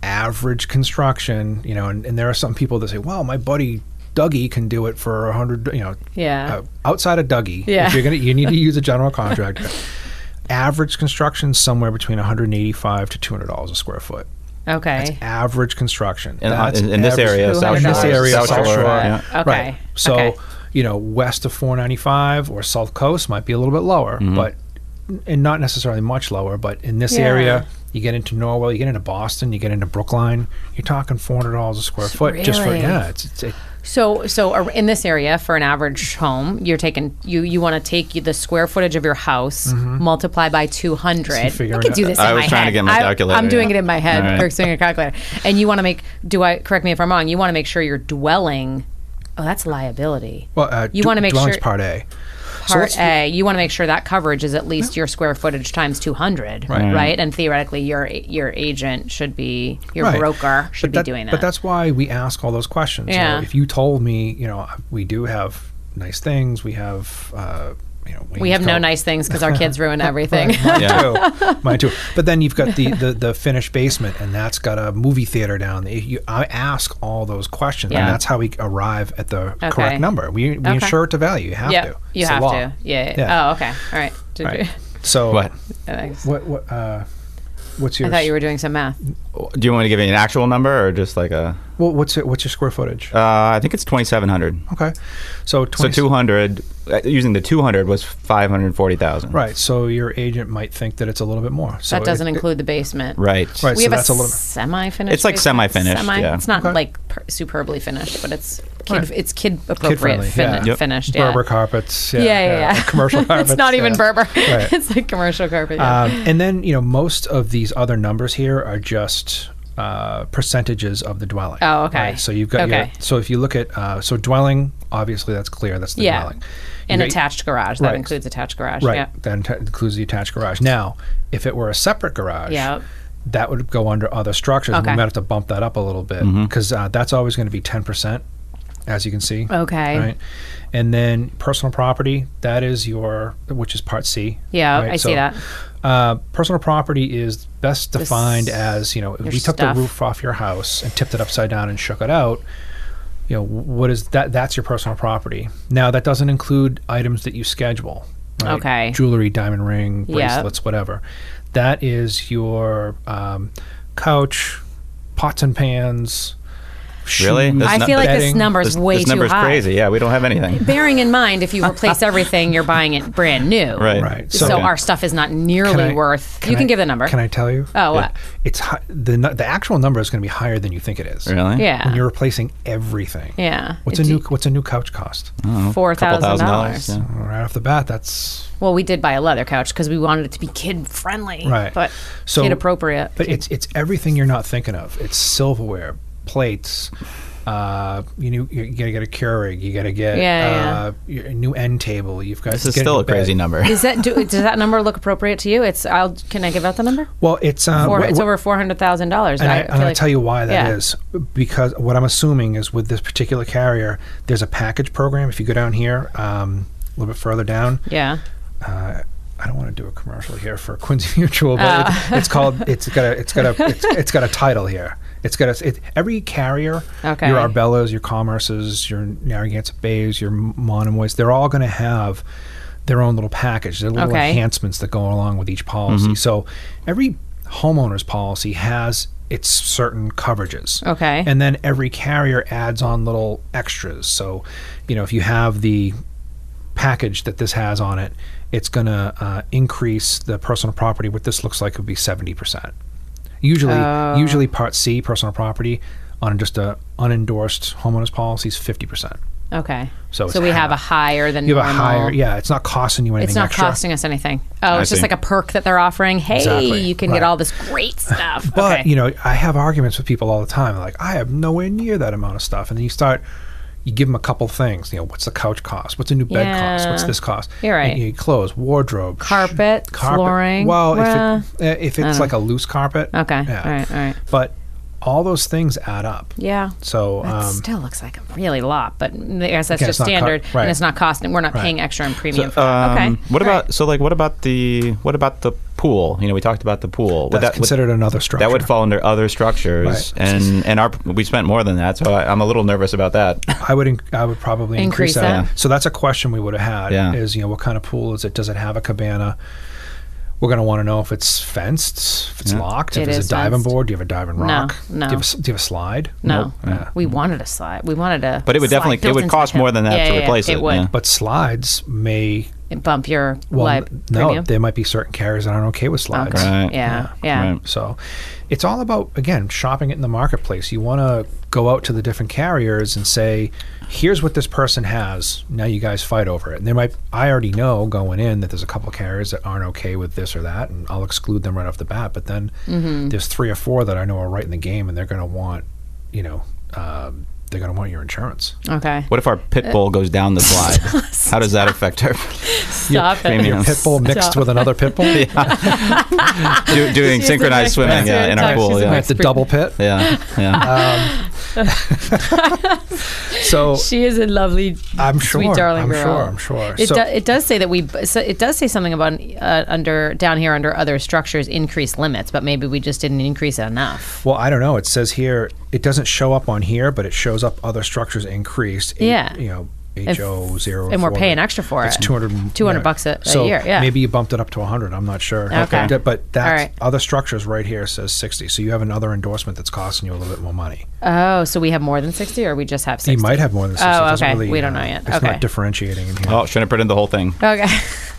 Speaker 3: average construction, you know, and, and there are some people that say, "Well, my buddy." Dougie can do it for a hundred, you know.
Speaker 2: Yeah.
Speaker 3: uh, outside of Dougie,
Speaker 2: Yeah.
Speaker 3: if you're gonna, you need to use a general contractor. (laughs) Average construction somewhere between 185 to 200 dollars a square foot.
Speaker 2: (laughs) Okay.
Speaker 3: Average construction.
Speaker 4: In,
Speaker 3: That's
Speaker 4: uh, in, in this
Speaker 3: average-
Speaker 4: area, South
Speaker 3: in
Speaker 4: Shore.
Speaker 3: this area,
Speaker 4: South Shore. yeah.
Speaker 2: Okay.
Speaker 3: Right. So,
Speaker 2: okay.
Speaker 3: you know, west of 495 or South Coast might be a little bit lower,
Speaker 4: Mm-hmm.
Speaker 3: but and not necessarily much lower, but in this
Speaker 2: Yeah.
Speaker 3: area, you get into Norwell, you get into Boston, you get into Brookline, you're talking $400 a square foot just for
Speaker 2: Really?
Speaker 3: yeah, it's, it's it,
Speaker 2: So, so ar- in this area, for an average home, you're taking you you want to take the square footage of your house, multiply by 200. I
Speaker 3: Mm-hmm. figure
Speaker 2: can
Speaker 3: it
Speaker 2: do
Speaker 3: out.
Speaker 2: this.
Speaker 4: I
Speaker 2: in
Speaker 4: was
Speaker 2: my
Speaker 4: trying to
Speaker 2: head.
Speaker 4: get my
Speaker 2: I-
Speaker 4: calculator,
Speaker 2: I'm doing
Speaker 4: yeah.
Speaker 2: it in my head.
Speaker 4: All right.
Speaker 2: Right. your calculator, and you want to make. Do I correct me if I'm wrong? You want to make sure your dwelling. Oh, that's liability.
Speaker 3: well, uh,
Speaker 2: You
Speaker 3: d-
Speaker 2: wanna make
Speaker 3: dwellings
Speaker 2: sure-
Speaker 3: part A. So
Speaker 2: Part
Speaker 3: let's-
Speaker 2: A, you want to make sure that coverage is at least your square footage times 200, right? And theoretically, your your agent should be your
Speaker 3: Right.
Speaker 2: broker should
Speaker 3: but
Speaker 2: be doing that.
Speaker 3: But that's why we ask all those questions. You know,
Speaker 2: Yeah.
Speaker 3: if you told me, you know, we do have nice things, we have, uh, you know,
Speaker 2: we have no
Speaker 3: wainscot-
Speaker 2: nice things because our kids
Speaker 3: (laughs)
Speaker 2: ruin everything.
Speaker 3: Mine
Speaker 4: Yeah.
Speaker 3: too. (laughs) Mine too. But then you've got the, the the finished basement, and that's got a movie theater down. there. You, I ask all those questions,
Speaker 2: Yeah.
Speaker 3: and that's how we arrive at the
Speaker 2: Okay.
Speaker 3: correct number. We, we insure it to value. You have
Speaker 2: (laughs) yeah,
Speaker 3: to.
Speaker 2: you
Speaker 3: It's the
Speaker 2: have
Speaker 3: law.
Speaker 2: to. Yeah.
Speaker 3: Yeah.
Speaker 2: Oh, okay. All right. Did
Speaker 3: Right.
Speaker 2: you?
Speaker 3: (laughs)
Speaker 2: Oh,
Speaker 3: So
Speaker 4: What?
Speaker 3: What what uh, what's your
Speaker 2: I thought you were doing some math.
Speaker 4: Do you want me to give you an actual number or just like a?
Speaker 3: well, what's your, what's your square footage?
Speaker 4: Uh, I think it's 2,700.
Speaker 3: okay, so 20,
Speaker 4: So 200, uh, using the 200 was 540,000.
Speaker 3: Right. So your agent might think that it's a little bit more. So
Speaker 2: That
Speaker 3: it-
Speaker 2: doesn't
Speaker 3: it-
Speaker 2: include the basement.
Speaker 4: Right.
Speaker 3: Right.
Speaker 2: We
Speaker 3: so
Speaker 2: have
Speaker 3: that's
Speaker 2: a,
Speaker 3: a little-
Speaker 2: semi-finished.
Speaker 4: It's like
Speaker 2: basement.
Speaker 4: semi-finished, yeah.
Speaker 2: It's not
Speaker 3: Okay.
Speaker 2: like per- superbly finished, but it's kid,
Speaker 3: Right.
Speaker 2: it's kid appropriate
Speaker 3: Kid-friendly,
Speaker 2: fin-
Speaker 3: yeah.
Speaker 4: Yep.
Speaker 2: finished. Yeah.
Speaker 3: Berber carpets. Yeah,
Speaker 2: yeah, yeah, yeah.
Speaker 3: like Commercial
Speaker 2: (laughs)
Speaker 3: carpets.
Speaker 2: it's not even
Speaker 3: yeah.
Speaker 2: Berber. (laughs)
Speaker 3: Right.
Speaker 2: it's like commercial carpet. Yeah.
Speaker 3: Um, and then you know most of these other numbers here are just uh, percentages of the dwelling.
Speaker 2: Oh, okay.
Speaker 3: So you've got your,
Speaker 2: Okay.
Speaker 3: so if you look at uh, so dwelling, obviously that's clear. That's the
Speaker 2: yeah.
Speaker 3: dwelling.
Speaker 2: An
Speaker 3: You got-
Speaker 2: attached garage. That
Speaker 3: Right.
Speaker 2: includes attached garage.
Speaker 3: Right.
Speaker 2: Yeah.
Speaker 3: That enta- includes the attached garage. Now, if it were a separate garage,
Speaker 2: Yeah.
Speaker 3: that would go under other structures. and
Speaker 2: Okay.
Speaker 3: We might have to bump that up a little bit because uh, that's always going to be ten percent, as you can see.
Speaker 2: Okay.
Speaker 3: Right. And then personal property, that is your, which is part C.
Speaker 2: Yeah,
Speaker 3: right?
Speaker 2: I see
Speaker 3: So,
Speaker 2: that.
Speaker 3: Uh, personal property is best defined
Speaker 2: s-
Speaker 3: as, you know, if
Speaker 2: your
Speaker 3: we took
Speaker 2: stuff.
Speaker 3: the roof off your house and tipped it upside down and shook it out, you know, what is that? That's your personal property. Now, that doesn't include items that you schedule. right?
Speaker 2: Okay.
Speaker 3: Jewelry, diamond ring,
Speaker 2: Yeah.
Speaker 3: bracelets, whatever. That is your um, couch, pots and pans,
Speaker 4: Really? That's
Speaker 2: I
Speaker 4: not-
Speaker 2: feel like this
Speaker 3: Betting.
Speaker 2: number is
Speaker 4: This,
Speaker 2: way
Speaker 4: this
Speaker 2: too
Speaker 4: number's
Speaker 2: high.
Speaker 4: crazy. Yeah, we don't have anything.
Speaker 2: Bearing in mind, if you replace everything, you're buying it brand new.
Speaker 4: Right.
Speaker 3: Right.
Speaker 2: So,
Speaker 3: Uh, So-
Speaker 2: our stuff is not nearly
Speaker 3: Can I-
Speaker 2: worth. you can
Speaker 3: I-
Speaker 2: give the number.
Speaker 3: Can I tell you?
Speaker 2: Oh, what?
Speaker 3: It's hi- the nu- the actual number is going to be higher than you think it is.
Speaker 4: Really?
Speaker 2: Yeah.
Speaker 3: When you're replacing everything.
Speaker 2: yeah.
Speaker 3: What's a new What's a new couch cost?
Speaker 2: Four
Speaker 4: Couple
Speaker 2: thousand dollars?
Speaker 4: yeah.
Speaker 3: Right off the bat, that's
Speaker 2: Well, we did buy a leather couch because we wanted it to be kid friendly,
Speaker 3: Right.
Speaker 2: But
Speaker 3: So-
Speaker 2: kid appropriate.
Speaker 3: But it's it's everything you're not thinking of. It's silverware, plates. Uh, you know, you gotta get a Keurig. You gotta get
Speaker 2: Yeah,
Speaker 3: uh, your- a new end table. You've got
Speaker 4: This is
Speaker 3: get
Speaker 4: still
Speaker 3: new
Speaker 4: a crazy
Speaker 3: bed.
Speaker 4: number.
Speaker 2: is that do, does that number look appropriate to you? It's I'll can I give out the number?
Speaker 3: Well, it's um,
Speaker 2: Four,
Speaker 3: wh-
Speaker 2: it's
Speaker 3: wh-
Speaker 2: over four hundred thousand dollars.
Speaker 3: And I, and I'll tell you why that
Speaker 2: Yeah.
Speaker 3: is because what I'm assuming is with this particular carrier, there's a package program. If you go down here um, a little bit further down,
Speaker 2: Yeah.
Speaker 3: uh, I don't want to do a commercial here for Quincy (laughs) Mutual, but
Speaker 2: Oh.
Speaker 3: it's, it's called. It's got a. It's got a.
Speaker 2: (laughs)
Speaker 3: It's, it's got a title here. It's got a. It, every carrier,
Speaker 2: Okay.
Speaker 3: your Arbellas, your Commerces, your Narragansett Bays, your Monomoys, they're all going to have their own little package. Their little
Speaker 2: Okay.
Speaker 3: enhancements that go along with each policy. So every homeowner's policy has its certain coverages.
Speaker 2: Okay.
Speaker 3: And then every carrier adds on little extras. So, you know, if you have the package that this has on it, it's going to uh, increase the personal property. What this looks like would be seventy percent. Usually,
Speaker 2: Oh.
Speaker 3: usually Part C, personal property, on just a unendorsed homeowners policy is fifty percent.
Speaker 2: Okay.
Speaker 3: So it's
Speaker 2: we have a
Speaker 3: half.
Speaker 2: higher than
Speaker 3: You have
Speaker 2: normal.
Speaker 3: a higher, yeah. It's not costing you anything.
Speaker 2: It's not
Speaker 3: extra.
Speaker 2: costing us anything. Oh,
Speaker 4: I
Speaker 2: it's just
Speaker 4: see.
Speaker 2: like a perk that they're offering. Hey,
Speaker 3: Exactly.
Speaker 2: you can
Speaker 3: Right.
Speaker 2: get all this great
Speaker 3: (laughs)
Speaker 2: stuff.
Speaker 3: But
Speaker 2: okay.
Speaker 3: you know, I have arguments with people all the time. Like, I have nowhere near that amount of stuff, and then you start. You give them a couple things. You know, what's the couch cost? What's a new bed cost? What's
Speaker 2: Yeah.
Speaker 3: this cost?
Speaker 2: You're right.
Speaker 3: And you clothes, wardrobe, sh-
Speaker 2: Carpet, flooring.
Speaker 3: Well,
Speaker 2: Well,
Speaker 3: if, it, uh, if it's like a loose carpet.
Speaker 2: Okay. All right, all right.
Speaker 3: But all those things add up.
Speaker 2: yeah.
Speaker 3: So
Speaker 2: That
Speaker 3: um,
Speaker 2: still looks like a really lot, but I guess that's
Speaker 3: Again, it's
Speaker 2: just
Speaker 3: not co-
Speaker 2: standard,
Speaker 3: right.
Speaker 2: and it's not costing. We're not
Speaker 3: Right.
Speaker 2: paying extra in
Speaker 4: So,
Speaker 2: premium. for that.
Speaker 4: um,
Speaker 2: okay.
Speaker 4: What
Speaker 2: All
Speaker 4: about
Speaker 2: right.
Speaker 4: so like what about the what about the pool? You know, we talked about the pool. Would
Speaker 3: that's
Speaker 4: that- would-
Speaker 3: considered another structure.
Speaker 4: That would fall under other structures,
Speaker 3: Right.
Speaker 4: and and our we spent more than that, so I, I'm a little nervous about that.
Speaker 3: I would. inc- I would probably increase,
Speaker 2: Increase
Speaker 3: that.
Speaker 2: that.
Speaker 3: So that's a question we would have had.
Speaker 4: Yeah.
Speaker 3: Is you know what kind of pool is it? Does it have a cabana? We're going to want to know if it's fenced, if it's locked, if
Speaker 2: It
Speaker 3: there's
Speaker 2: is
Speaker 3: a diving
Speaker 2: fenced.
Speaker 3: board. Do you have a diving
Speaker 2: No,
Speaker 3: rock?
Speaker 2: no.
Speaker 3: Do you have a, s- do you have a slide?
Speaker 2: No,
Speaker 3: Yeah.
Speaker 2: we wanted a slide. We wanted a.
Speaker 4: But it would
Speaker 2: slide
Speaker 4: definitely- it
Speaker 2: built
Speaker 4: would
Speaker 2: into the
Speaker 4: cost
Speaker 2: hill.
Speaker 4: more than that
Speaker 2: Yeah,
Speaker 4: to
Speaker 2: yeah, yeah,
Speaker 4: replace it,
Speaker 2: It would
Speaker 4: yeah.
Speaker 3: But slides may
Speaker 2: It'd bump your
Speaker 3: well
Speaker 2: lib
Speaker 3: n- no.
Speaker 2: premium.
Speaker 3: There might be certain carriers that aren't okay with slides.
Speaker 2: Okay.
Speaker 4: Right.
Speaker 2: Yeah, (laughs) yeah.
Speaker 4: Right.
Speaker 3: So it's all about, again, shopping it in the marketplace. You want to go out to the different carriers and say, here's what this person has. Now you guys fight over it. And there might, I already know going in that there's a couple of carriers that aren't okay with this or that, and I'll exclude them right off the bat. But then
Speaker 2: Mm-hmm.
Speaker 3: there's three or four that I know are right in the game, and they're going to want, you know, um, they're going to want your insurance.
Speaker 2: Okay.
Speaker 4: What if our pit bull goes down
Speaker 2: (laughs)
Speaker 4: the slide? How does that affect our
Speaker 2: Stop it.
Speaker 4: premium?
Speaker 3: Pit bull mixed
Speaker 2: Stop.
Speaker 3: with
Speaker 2: (laughs)
Speaker 3: another pit bull
Speaker 4: Do, doing
Speaker 2: She's
Speaker 4: synchronized
Speaker 2: an
Speaker 4: swimming yeah, in our
Speaker 2: expert.
Speaker 4: pool.
Speaker 2: She's an
Speaker 4: Yeah.
Speaker 3: at the double pit.
Speaker 4: yeah, yeah.
Speaker 3: Uh,
Speaker 2: (laughs)
Speaker 3: So
Speaker 2: She is a lovely,
Speaker 3: I'm sure.
Speaker 2: sweet darling
Speaker 3: I'm
Speaker 2: girl.
Speaker 3: sure. I'm sure.
Speaker 2: It,
Speaker 3: So-
Speaker 2: do, it does say that we. So it does say something about uh, under down here under other structures increased limits, but maybe we just didn't increase it enough.
Speaker 3: Well, I don't know. It says here it doesn't show up on here, but it shows up other structures increased. H-
Speaker 2: Yeah.
Speaker 3: you know.
Speaker 2: If-
Speaker 3: HO zero
Speaker 2: and we're paying extra for
Speaker 3: it's
Speaker 2: it.
Speaker 3: 200
Speaker 2: 200 bucks a- a
Speaker 3: so
Speaker 2: year, yeah.
Speaker 3: maybe you bumped it up to 100 I'm not sure
Speaker 2: Okay.
Speaker 3: D- but that
Speaker 2: All right.
Speaker 3: other structures right here says 60 so you have another endorsement that's costing you a little bit more money
Speaker 2: Oh, so we have more than sixty, or we just have sixty?
Speaker 3: you might have more than 60
Speaker 2: Oh,
Speaker 3: It doesn't
Speaker 2: okay.
Speaker 3: really,
Speaker 2: We don't
Speaker 3: uh,
Speaker 2: know yet.
Speaker 3: it's
Speaker 2: Okay.
Speaker 3: not differentiating in here
Speaker 4: Oh, shouldn't have printed the whole thing.
Speaker 2: Okay.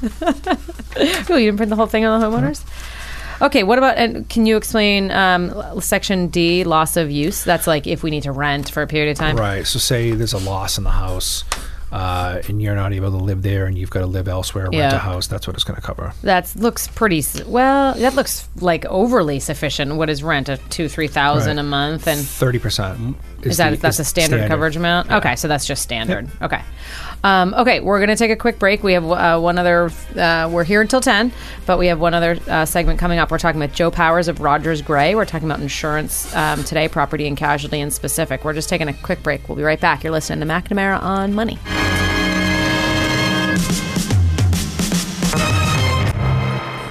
Speaker 2: (laughs) oh, you didn't print the whole thing on the homeowners?
Speaker 3: Uh-huh.
Speaker 2: Okay, what about, and can you explain um, l- section D, loss of use? That's like if we need to rent for a period of time.
Speaker 3: Right. So say there's a loss in the house, uh, and you're not able to live there, and you've got to live elsewhere, rent
Speaker 2: Yeah.
Speaker 3: a house. That's what it's going to cover.
Speaker 2: That looks pretty, s- well, that looks like overly sufficient. What is rent? A two, 3000 a
Speaker 3: Right.
Speaker 2: month? And
Speaker 3: Thirty percent.
Speaker 2: is that, that's a standard, coverage amount? Okay, so that's just standard. Okay. Um, okay, we're going to take a quick break. We have uh, one other, uh, we're here until 10, but we have one other uh, segment coming up. We're talking with Joe Powers of Rogers Gray. We're talking about insurance um, today, property and casualty in specific. We're just taking a quick break. We'll be right back. You're listening to McNamara on Money.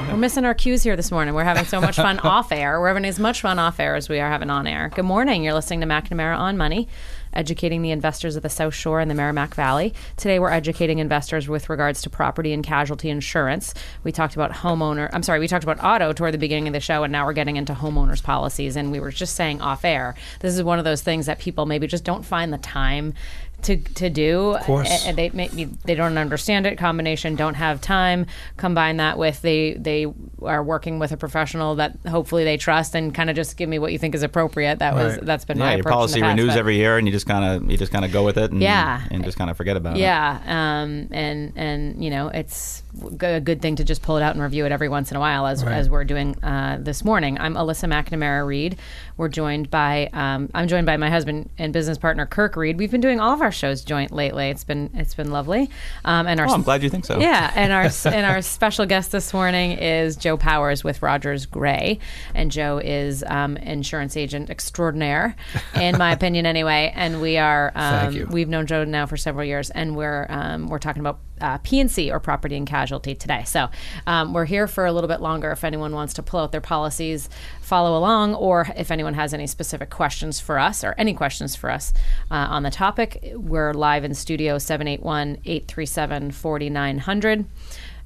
Speaker 2: We're missing our cues here this morning. We're having so much fun off air. We're having as much fun off air as we are having on air. Good morning. You're listening to McNamara on Money. educating the investors of the South Shore and the Merrimack Valley. Today, we're educating investors with regards to property and casualty insurance. We talked about homeowner, I'm sorry, we talked about auto toward the beginning of the show, and now we're getting into homeowners policies. And we were just saying off air, this is one of those things that people maybe just don't find the time to, to do. Of
Speaker 3: course.
Speaker 2: And they maybe they don't understand it. Combination don't have time. Combine that with they they are working with a professional that hopefully they trust and kind of just give me what you think is appropriate. That was
Speaker 3: Right.
Speaker 2: that's been my
Speaker 4: yeah, your
Speaker 2: approach in
Speaker 4: policy
Speaker 2: the past,
Speaker 4: renews
Speaker 2: but-
Speaker 4: every year, and you just kind of you just kind of go with it, and,
Speaker 2: Yeah.
Speaker 4: and just kind of forget about it.
Speaker 2: Yeah, um, and and you know it's g- a good thing to just pull it out and review it every once in a while, as
Speaker 3: Right.
Speaker 2: as we're doing uh, this morning. I'm Alyssa McNamara Reed. We're joined by um, I'm joined by my husband and business partner Kirk Reed. We've been doing all of our shows joint lately. It's been it's been lovely. Um, and our
Speaker 4: Oh, I'm glad you think so.
Speaker 2: yeah, and our and our special guest this morning is Joe Powers with Rogers Gray, and Joe is um, insurance agent extraordinaire, in my opinion, anyway. And we are um,
Speaker 3: Thank you.
Speaker 2: we've known Joe now for several years, and we're um, we're talking about uh, PNC or property and casualty today. So um, we're here for a little bit longer if anyone wants to pull out their policies, follow along, or if anyone has any specific questions for us or any questions for us uh, on the topic. We're live in studio 781 837 4900.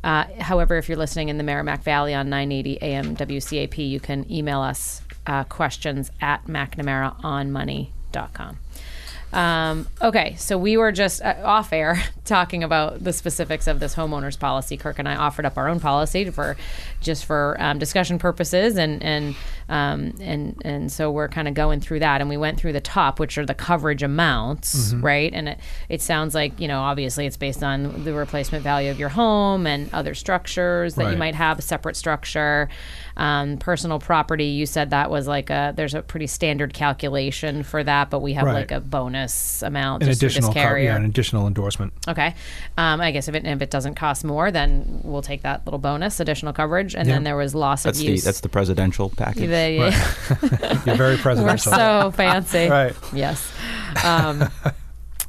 Speaker 2: Uh, however, if you're listening in the Merrimack Valley on 980 AM WCAP, you can email us uh, questions at McNamaraOnMoney.com. Um, okay, so we were just uh, off air (laughs) talking about the specifics of this homeowners policy. Kirk and I offered up our own policy for just for um, discussion purposes, and and um, and and so we're kind of going through that, and we went through the top, which are the coverage amounts, right? And it it sounds like you know obviously it's based on the replacement value of your home and other structures that you
Speaker 3: Right.
Speaker 2: might have a separate structure. Um, personal property, you said that was like a there's a pretty standard calculation for that, but we have
Speaker 3: Right.
Speaker 2: like a bonus amount
Speaker 3: an
Speaker 2: just through this
Speaker 3: additional co-
Speaker 2: carrier.
Speaker 3: yeah, an additional endorsement.
Speaker 2: Okay, um, I guess if it if it doesn't cost more, then we'll take that little bonus additional coverage. And
Speaker 3: Yeah.
Speaker 2: then there was loss
Speaker 4: that's
Speaker 2: of
Speaker 4: the
Speaker 2: use.
Speaker 4: that's the presidential package.
Speaker 2: They-
Speaker 3: You're very
Speaker 2: (laughs) We're
Speaker 3: presidential.
Speaker 2: so fancy,
Speaker 3: right.
Speaker 2: Yes. Um,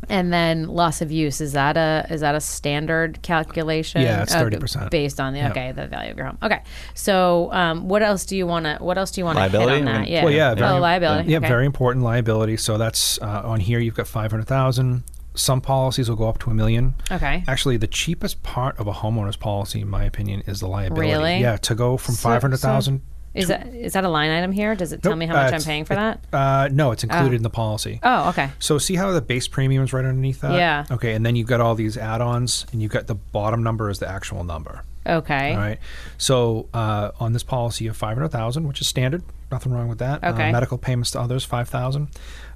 Speaker 2: and then loss of use is that a is that a standard calculation?
Speaker 3: Yeah, it's
Speaker 2: Uh,
Speaker 3: 30%.
Speaker 2: based on the
Speaker 3: Yeah.
Speaker 2: okay the value of your home. Okay, so um, what else do you want to what else do you want to hit
Speaker 4: Liability?
Speaker 2: on
Speaker 4: I
Speaker 2: that?
Speaker 4: mean-
Speaker 2: yeah,
Speaker 3: Well, yeah,
Speaker 2: Oh,
Speaker 3: very-
Speaker 2: liability.
Speaker 3: Yeah,
Speaker 2: okay.
Speaker 3: very important liability. So that's uh, on here. You've got five hundred thousand. Some policies will go up to a million.
Speaker 2: Okay.
Speaker 3: Actually, the cheapest part of a homeowner's policy, in my opinion, is the liability.
Speaker 2: Really?
Speaker 3: Yeah, to go from
Speaker 2: So-
Speaker 3: five hundred thousand.
Speaker 2: Is that is that a line item here? Does it tell me how much I'm paying for that?
Speaker 3: Uh, no, it's included in the policy.
Speaker 2: Oh, okay.
Speaker 3: So see how the base premium is right underneath that?
Speaker 2: Yeah.
Speaker 3: Okay, and then you've got all these add-ons, and you've got the bottom number is the actual number.
Speaker 2: Okay.
Speaker 3: All right. So uh, on this policy of five hundred thousand, which is standard, nothing wrong with that. Uh,
Speaker 2: Okay.
Speaker 3: medical payments to others five thousand.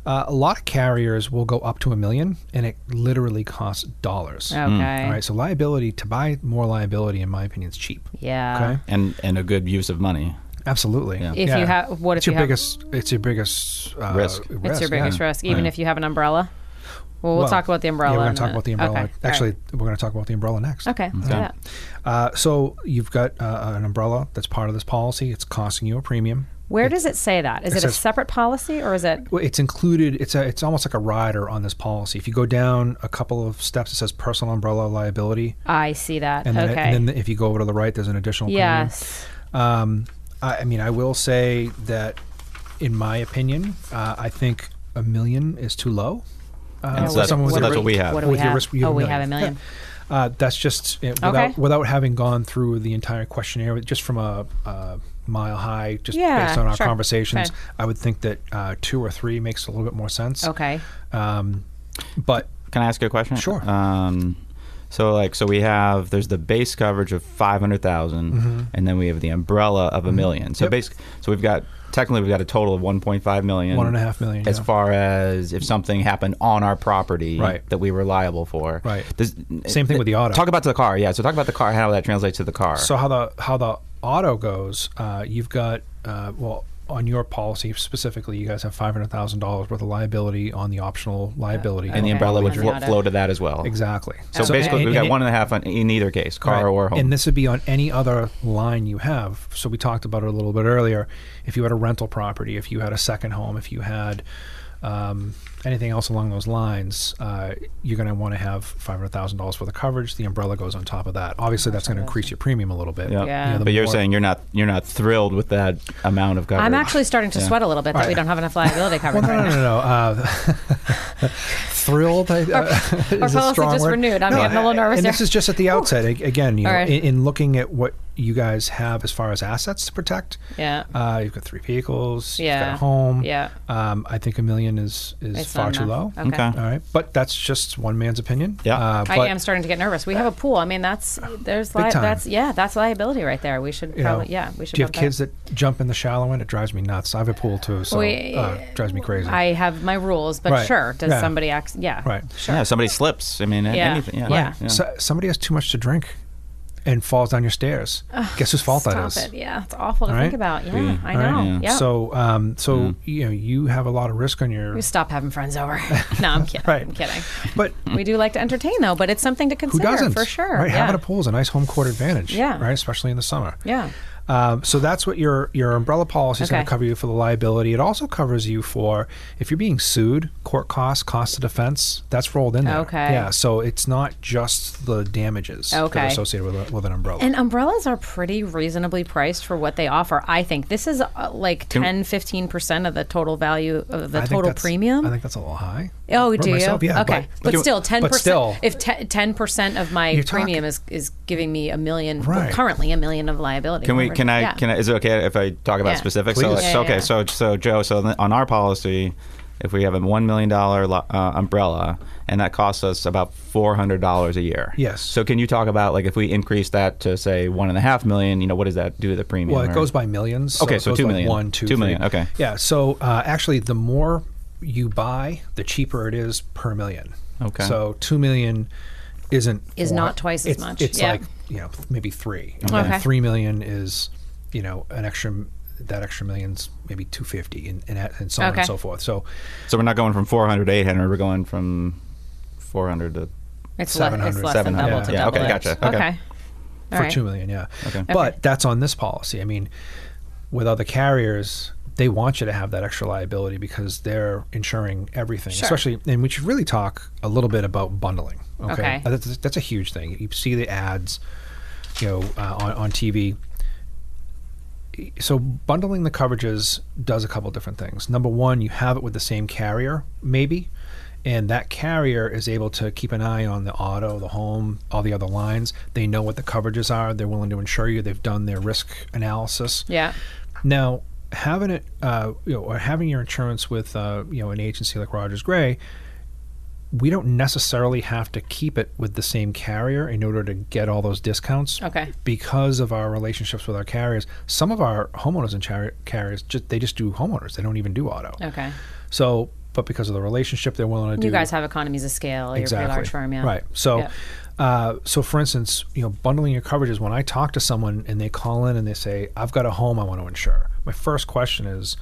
Speaker 3: Uh, a lot of carriers will go up to a million, and it literally costs dollars.
Speaker 2: Okay.
Speaker 4: Hmm.
Speaker 3: All right. So liability to buy more liability, in my opinion, is cheap.
Speaker 2: Yeah.
Speaker 3: Okay.
Speaker 4: and and a good use of money.
Speaker 3: Absolutely.
Speaker 4: Yeah.
Speaker 2: If you have- what
Speaker 3: it's
Speaker 2: if you
Speaker 3: your
Speaker 2: have-
Speaker 3: biggest? It's your biggest uh,
Speaker 4: Risk. It's
Speaker 2: It's your
Speaker 3: yeah.
Speaker 2: biggest risk, even
Speaker 4: Yeah.
Speaker 2: if you have an umbrella. Well, we'll, talk about the umbrella.
Speaker 3: Yeah, we're
Speaker 2: in
Speaker 3: going
Speaker 2: a
Speaker 3: to talk about the
Speaker 2: minute.
Speaker 3: umbrella.
Speaker 2: Okay. All
Speaker 3: Actually,
Speaker 2: right.
Speaker 3: we're going to talk about the umbrella next.
Speaker 2: Okay. let's do
Speaker 4: Okay.
Speaker 2: that.
Speaker 3: Uh, so you've got uh, an umbrella that's part of this policy. It's costing you a premium.
Speaker 2: Where does it say that? Is it,
Speaker 3: It
Speaker 2: a
Speaker 3: says-
Speaker 2: separate policy or is it?
Speaker 3: Well, it's included. It's a. It's almost like a rider on this policy. If you go down a couple of steps, it says personal umbrella liability,
Speaker 2: I see that.
Speaker 3: and then,
Speaker 2: okay.
Speaker 3: and then if you go over to the right, there's an additional.
Speaker 2: yes.
Speaker 3: Premium. Um, I, I mean, I will say that, in my opinion, uh, I think a million is too low. Uh,
Speaker 4: And
Speaker 2: Oh,
Speaker 4: so
Speaker 3: for
Speaker 4: that-
Speaker 3: someone with
Speaker 4: so
Speaker 3: a
Speaker 4: that's
Speaker 3: ri-
Speaker 4: what we have.
Speaker 2: What do we
Speaker 3: with your
Speaker 2: have?
Speaker 3: risk- you have
Speaker 2: oh,
Speaker 3: a
Speaker 2: we have a
Speaker 3: million.
Speaker 2: million.
Speaker 3: Uh, that's just it, without
Speaker 2: Okay.
Speaker 3: without having gone through the entire questionnaire, but just from a, uh mile high, just
Speaker 2: Yeah,
Speaker 3: based on our
Speaker 2: sure.
Speaker 3: conversations,
Speaker 2: Okay.
Speaker 3: I would think that uh, two or three makes a little bit more sense.
Speaker 2: Okay.
Speaker 3: Um, but
Speaker 4: Can I ask you a question?
Speaker 3: Sure.
Speaker 4: Um, so like so we have there's the base coverage of five and then we have the umbrella of a million. So
Speaker 3: Mm-hmm. Yep.
Speaker 4: basic so we've got technically we've got a total of one point five million.
Speaker 3: One and a half million,
Speaker 4: As
Speaker 3: yeah.
Speaker 4: far as if something happened on our property
Speaker 3: Right.
Speaker 4: that we were liable for.
Speaker 3: Right.
Speaker 4: Does-
Speaker 3: Same thing with the auto.
Speaker 4: Talk about the car, yeah. So talk about the car, how that translates to the car.
Speaker 3: so how the how the auto goes, uh, you've got uh, well on your policy specifically, you guys have five hundred thousand dollars worth of liability on the optional liability,
Speaker 4: and the
Speaker 2: Okay.
Speaker 4: umbrella would
Speaker 2: And the
Speaker 4: flo-
Speaker 2: auto.
Speaker 4: flow to that as well.
Speaker 3: exactly.
Speaker 4: So
Speaker 2: Okay.
Speaker 4: basically,
Speaker 3: and-
Speaker 4: we've got
Speaker 3: and-
Speaker 4: one and a half on, in either case, car
Speaker 3: Right.
Speaker 4: or home.
Speaker 3: And this would be on any other line you have. So we talked about it a little bit earlier. If you had a rental property, if you had a second home, if you had um, anything else along those lines, uh, you're going to want to have five hundred thousand dollars worth of coverage. The umbrella goes on top of that. Obviously, that's going to increase your premium a little bit.
Speaker 4: Yeah.
Speaker 2: Yeah.
Speaker 3: the
Speaker 4: But you're
Speaker 3: more-
Speaker 4: saying you're not you're not thrilled with that amount of coverage.
Speaker 2: I'm actually starting to
Speaker 4: Yeah.
Speaker 2: sweat a little bit that we
Speaker 3: Alright.
Speaker 2: don't have enough
Speaker 3: (laughs)
Speaker 2: liability coverage.
Speaker 3: Well, no,
Speaker 2: right
Speaker 3: no, no,
Speaker 2: now.
Speaker 3: no. Uh, (laughs) thrilled. I- Uh, (laughs) is a
Speaker 2: policy
Speaker 3: strong
Speaker 2: just
Speaker 3: word.
Speaker 2: renewed. I'm getting a little
Speaker 3: I-
Speaker 2: nervous
Speaker 3: And
Speaker 2: here.
Speaker 3: this is just at the outset. A- Again, you know,
Speaker 2: All right.
Speaker 3: in, in looking at what you guys have as far as assets to protect.
Speaker 2: Yeah.
Speaker 3: Uh, you've got three vehicles. You've got
Speaker 2: Yeah.
Speaker 3: a home.
Speaker 2: Yeah.
Speaker 3: Um, I think a million is is
Speaker 2: It's
Speaker 3: far
Speaker 2: not
Speaker 3: too low.
Speaker 2: enough. Okay.
Speaker 4: Okay.
Speaker 3: All right, but that's just one man's opinion.
Speaker 4: Yeah.
Speaker 3: Uh, but,
Speaker 2: I am starting to get nervous. We have a pool. I mean, that's there's li-
Speaker 3: time.
Speaker 2: that's yeah, that's liability right there. We should
Speaker 3: you know,
Speaker 2: probably yeah, we should.
Speaker 3: Do you have
Speaker 2: bump that
Speaker 3: kids that jump in the shallow end? It drives me nuts. I have a pool too, so
Speaker 2: We-
Speaker 3: uh, drives me crazy.
Speaker 2: I have my rules, but
Speaker 3: Right.
Speaker 2: sure. Does
Speaker 3: Yeah.
Speaker 2: somebody act? Yeah.
Speaker 3: Right.
Speaker 2: Sure.
Speaker 4: Yeah, somebody slips. I mean, a-
Speaker 2: Yeah.
Speaker 4: anything. Yeah.
Speaker 2: Right.
Speaker 4: yeah.
Speaker 3: So, somebody has too much to drink and falls down your stairs. Guess whose fault that
Speaker 2: Stop
Speaker 3: is?
Speaker 2: it. Yeah. It's awful to
Speaker 3: All
Speaker 2: think
Speaker 3: right.
Speaker 2: about. Yeah.
Speaker 4: Mm.
Speaker 2: I
Speaker 3: All right.
Speaker 2: know. Yeah.
Speaker 3: So, um, so you know, you have a lot of risk on your
Speaker 2: we stop having friends over. (laughs) no, I'm kidding.
Speaker 3: Right.
Speaker 2: I'm kidding.
Speaker 3: (laughs) But
Speaker 2: We do like to entertain though, but it's something to
Speaker 3: who
Speaker 2: consider
Speaker 3: doesn't?
Speaker 2: for sure.
Speaker 3: Right.
Speaker 2: Yeah.
Speaker 3: Having a pool is a nice home court advantage.
Speaker 2: Yeah.
Speaker 3: Right. Especially in the summer.
Speaker 2: yeah.
Speaker 3: Um, so that's what your your umbrella policy is going
Speaker 2: Okay.
Speaker 3: to cover you for the liability. It also covers you for if you're being sued, court costs, costs of defense. That's rolled in there.
Speaker 2: Okay.
Speaker 3: Yeah. So it's not just the damages that
Speaker 2: Okay.
Speaker 3: are associated with, a, with an umbrella.
Speaker 2: And umbrellas are pretty reasonably priced for what they offer. I think this is uh, like 10, 15% of the total value of the
Speaker 3: I think
Speaker 2: total
Speaker 3: that's-
Speaker 2: premium.
Speaker 3: I think that's a little high.
Speaker 2: Oh,
Speaker 3: For
Speaker 2: do
Speaker 3: myself,
Speaker 2: you?
Speaker 3: yeah,
Speaker 2: okay, but,
Speaker 3: but-
Speaker 2: still, ten
Speaker 3: but still-
Speaker 2: percent. If ten percent of my
Speaker 3: You're talking-
Speaker 2: premium is is giving me a million, well,
Speaker 3: Right.
Speaker 2: currently a million of liability.
Speaker 4: Can we?
Speaker 2: coverage.
Speaker 4: Can I?
Speaker 2: Yeah.
Speaker 4: Can I? Is it okay if I talk about
Speaker 2: Yeah.
Speaker 4: specifics? So,
Speaker 3: Please.
Speaker 4: like,
Speaker 2: Yeah,
Speaker 4: so, okay.
Speaker 2: yeah.
Speaker 4: So, so Joe. So th- on our policy, if we have a one million dollar uh, umbrella, and that costs us about four hundred dollars a year.
Speaker 3: Yes.
Speaker 4: So can you talk about like if we increase that to say one and a half million? You know, what does that do to the premium?
Speaker 3: Well, it
Speaker 4: or-
Speaker 3: goes by millions.
Speaker 4: Okay,
Speaker 3: it
Speaker 4: so
Speaker 3: goes
Speaker 4: two
Speaker 3: by
Speaker 4: million.
Speaker 3: One, two,
Speaker 4: Two
Speaker 3: three.
Speaker 4: million, okay.
Speaker 3: Yeah. So uh, actually, the more you buy, the cheaper it is per million.
Speaker 4: Okay.
Speaker 3: So two million isn't
Speaker 2: Is
Speaker 3: a lot.
Speaker 2: not twice as
Speaker 3: It's-
Speaker 2: much.
Speaker 3: It's
Speaker 2: Yeah.
Speaker 3: like you know maybe three.
Speaker 2: Okay.
Speaker 3: And Three million is you know an extra that extra million's maybe two fifty and and, a- and so on
Speaker 2: Okay.
Speaker 3: and so forth. So
Speaker 4: So we're not going from four hundred to eight hundred. We're going from four hundred to.
Speaker 2: It's, le- it's
Speaker 3: 700,
Speaker 2: less than
Speaker 4: 700,
Speaker 2: double to
Speaker 4: yeah,
Speaker 2: double.
Speaker 4: okay,
Speaker 2: it.
Speaker 4: gotcha, okay.
Speaker 2: All
Speaker 3: for
Speaker 2: right.
Speaker 3: two million, yeah.
Speaker 4: Okay.
Speaker 3: But that's on this policy. I mean, with other carriers, they want you to have that extra liability because they're insuring everything.
Speaker 2: Sure.
Speaker 3: Especially, and we should really talk a little bit about bundling. Okay,
Speaker 2: Okay.
Speaker 3: Uh, That's, that's a huge thing. You see the ads, you know, uh, on, on TV. So bundling the coverages does a couple different things. Number one, you have it with the same carrier, maybe, and that carrier is able to keep an eye on the auto, the home, all the other lines. They know what the coverages are. They're willing to insure you. They've done their risk analysis.
Speaker 2: Yeah.
Speaker 3: Now, having it, uh, you know, or having your insurance with, uh, you know, an agency like Rogers Gray, we don't necessarily have to keep it with the same carrier in order to get all those discounts.
Speaker 2: Okay.
Speaker 3: Because of our relationships with our carriers, some of our homeowners and chari- carriers just they just do homeowners. They don't even do auto.
Speaker 2: Okay.
Speaker 3: So, but because of the relationship, they're willing to do.
Speaker 2: You guys have economies of scale. You're a pretty large firm, yeah.
Speaker 3: Right. So,
Speaker 2: Yeah.
Speaker 3: uh, so for instance, you know, bundling your coverages. When I talk to someone and they call in and they say, "I've got a home I want to insure," my first question is,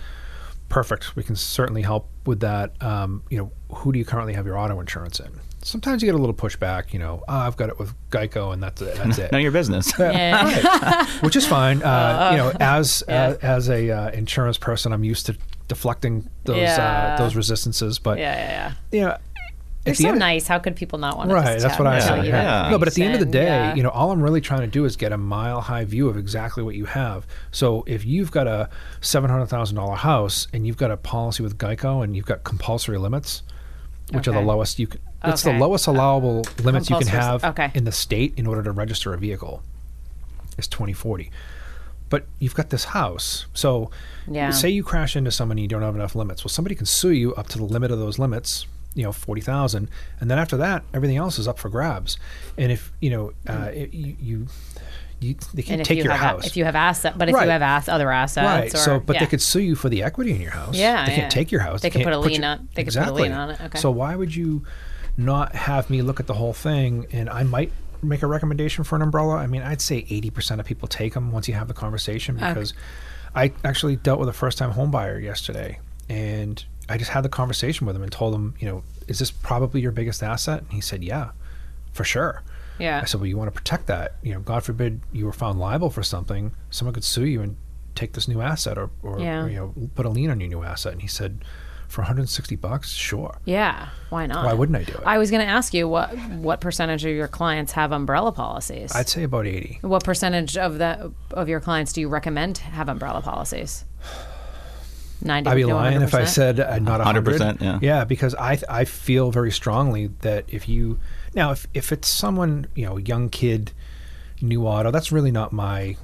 Speaker 3: "Perfect. We can certainly help with that." Um, you know, who do you currently have your auto insurance in? Sometimes you get a little pushback. You know, "Ah, I've got it with Geico, and that's it. That's it
Speaker 4: (laughs) None of your business.
Speaker 3: (laughs)
Speaker 2: Yeah.
Speaker 3: which is fine.
Speaker 2: Uh-huh.
Speaker 3: Uh, you know,
Speaker 2: (laughs)
Speaker 3: as uh, as a uh, insurance person, I'm used to deflecting those
Speaker 2: Yeah.
Speaker 3: uh, those resistances. But
Speaker 2: yeah, yeah, yeah.
Speaker 3: you know,
Speaker 2: They're
Speaker 3: at the
Speaker 2: so
Speaker 3: end-
Speaker 2: nice. How could people not want to?
Speaker 3: Right,
Speaker 2: just
Speaker 3: that's
Speaker 2: tell-
Speaker 3: what I
Speaker 2: tell
Speaker 3: said.
Speaker 2: you
Speaker 4: yeah.
Speaker 2: that
Speaker 4: Yeah.
Speaker 3: No, but at the end of the
Speaker 2: information?
Speaker 3: day,
Speaker 2: Yeah.
Speaker 3: you know, all I'm really trying to do is get a mile high view of exactly what you have. So if you've got a seven hundred thousand dollar house and you've got a policy with Geico and you've got compulsory limits, which are
Speaker 2: Okay.
Speaker 3: the lowest you can. It's
Speaker 2: Okay.
Speaker 3: the lowest allowable limits you can
Speaker 2: compulsory-
Speaker 3: have
Speaker 2: okay.
Speaker 3: in the state in order to register a vehicle. Is twenty forty, but you've got this house. So,
Speaker 2: Yeah.
Speaker 3: say you crash into someone and you don't have enough limits. Well, somebody can sue you up to the limit of those limits, you know, 40,000. And then after that, everything else is up for grabs. And if, you know, uh, it, you, you, you, they can't
Speaker 2: Hmm. and if
Speaker 3: take
Speaker 2: you
Speaker 3: your
Speaker 2: have a-
Speaker 3: house.
Speaker 2: if you have assets, but if
Speaker 3: Right.
Speaker 2: you have ass, other assets,
Speaker 3: right.
Speaker 2: Or,
Speaker 3: so, but
Speaker 2: yeah.
Speaker 3: they could sue you for the equity in your house.
Speaker 2: Yeah,
Speaker 3: They
Speaker 2: yeah.
Speaker 3: can't take your house.
Speaker 2: They could
Speaker 3: can't
Speaker 2: put a lien
Speaker 3: your-
Speaker 2: on- they could put a
Speaker 3: exactly.
Speaker 2: lien on it. Okay.
Speaker 3: So why would you not have me look at the whole thing? And I might make a recommendation for an umbrella. I mean, I'd say 80% of people take them once you have the conversation because I actually dealt with a first time home buyer yesterday and I just had the conversation with him and told him, you know, is this probably your biggest asset? And he said, yeah, for sure.
Speaker 2: Yeah.
Speaker 3: I said, well, you want to protect that. You know, God forbid you were found liable for something, someone could sue you and take this new asset or, or,
Speaker 2: Yeah.
Speaker 3: you know, put a lien on your new asset. And he said, for 160 bucks, sure.
Speaker 2: Yeah, why not?
Speaker 3: Why wouldn't I do it?
Speaker 2: Uh, I was going to ask you what what percentage of your clients have umbrella policies.
Speaker 3: I'd say about 80.
Speaker 2: what percentage of the of your clients do you recommend have umbrella policies? Ninety.
Speaker 3: I'd be
Speaker 2: to
Speaker 3: lying if I
Speaker 2: 100%?
Speaker 3: said uh, not 100.
Speaker 4: 100%, yeah.
Speaker 3: Yeah, because I th- I feel very strongly that if you now if if it's someone, you know, young kid new auto, that's really not my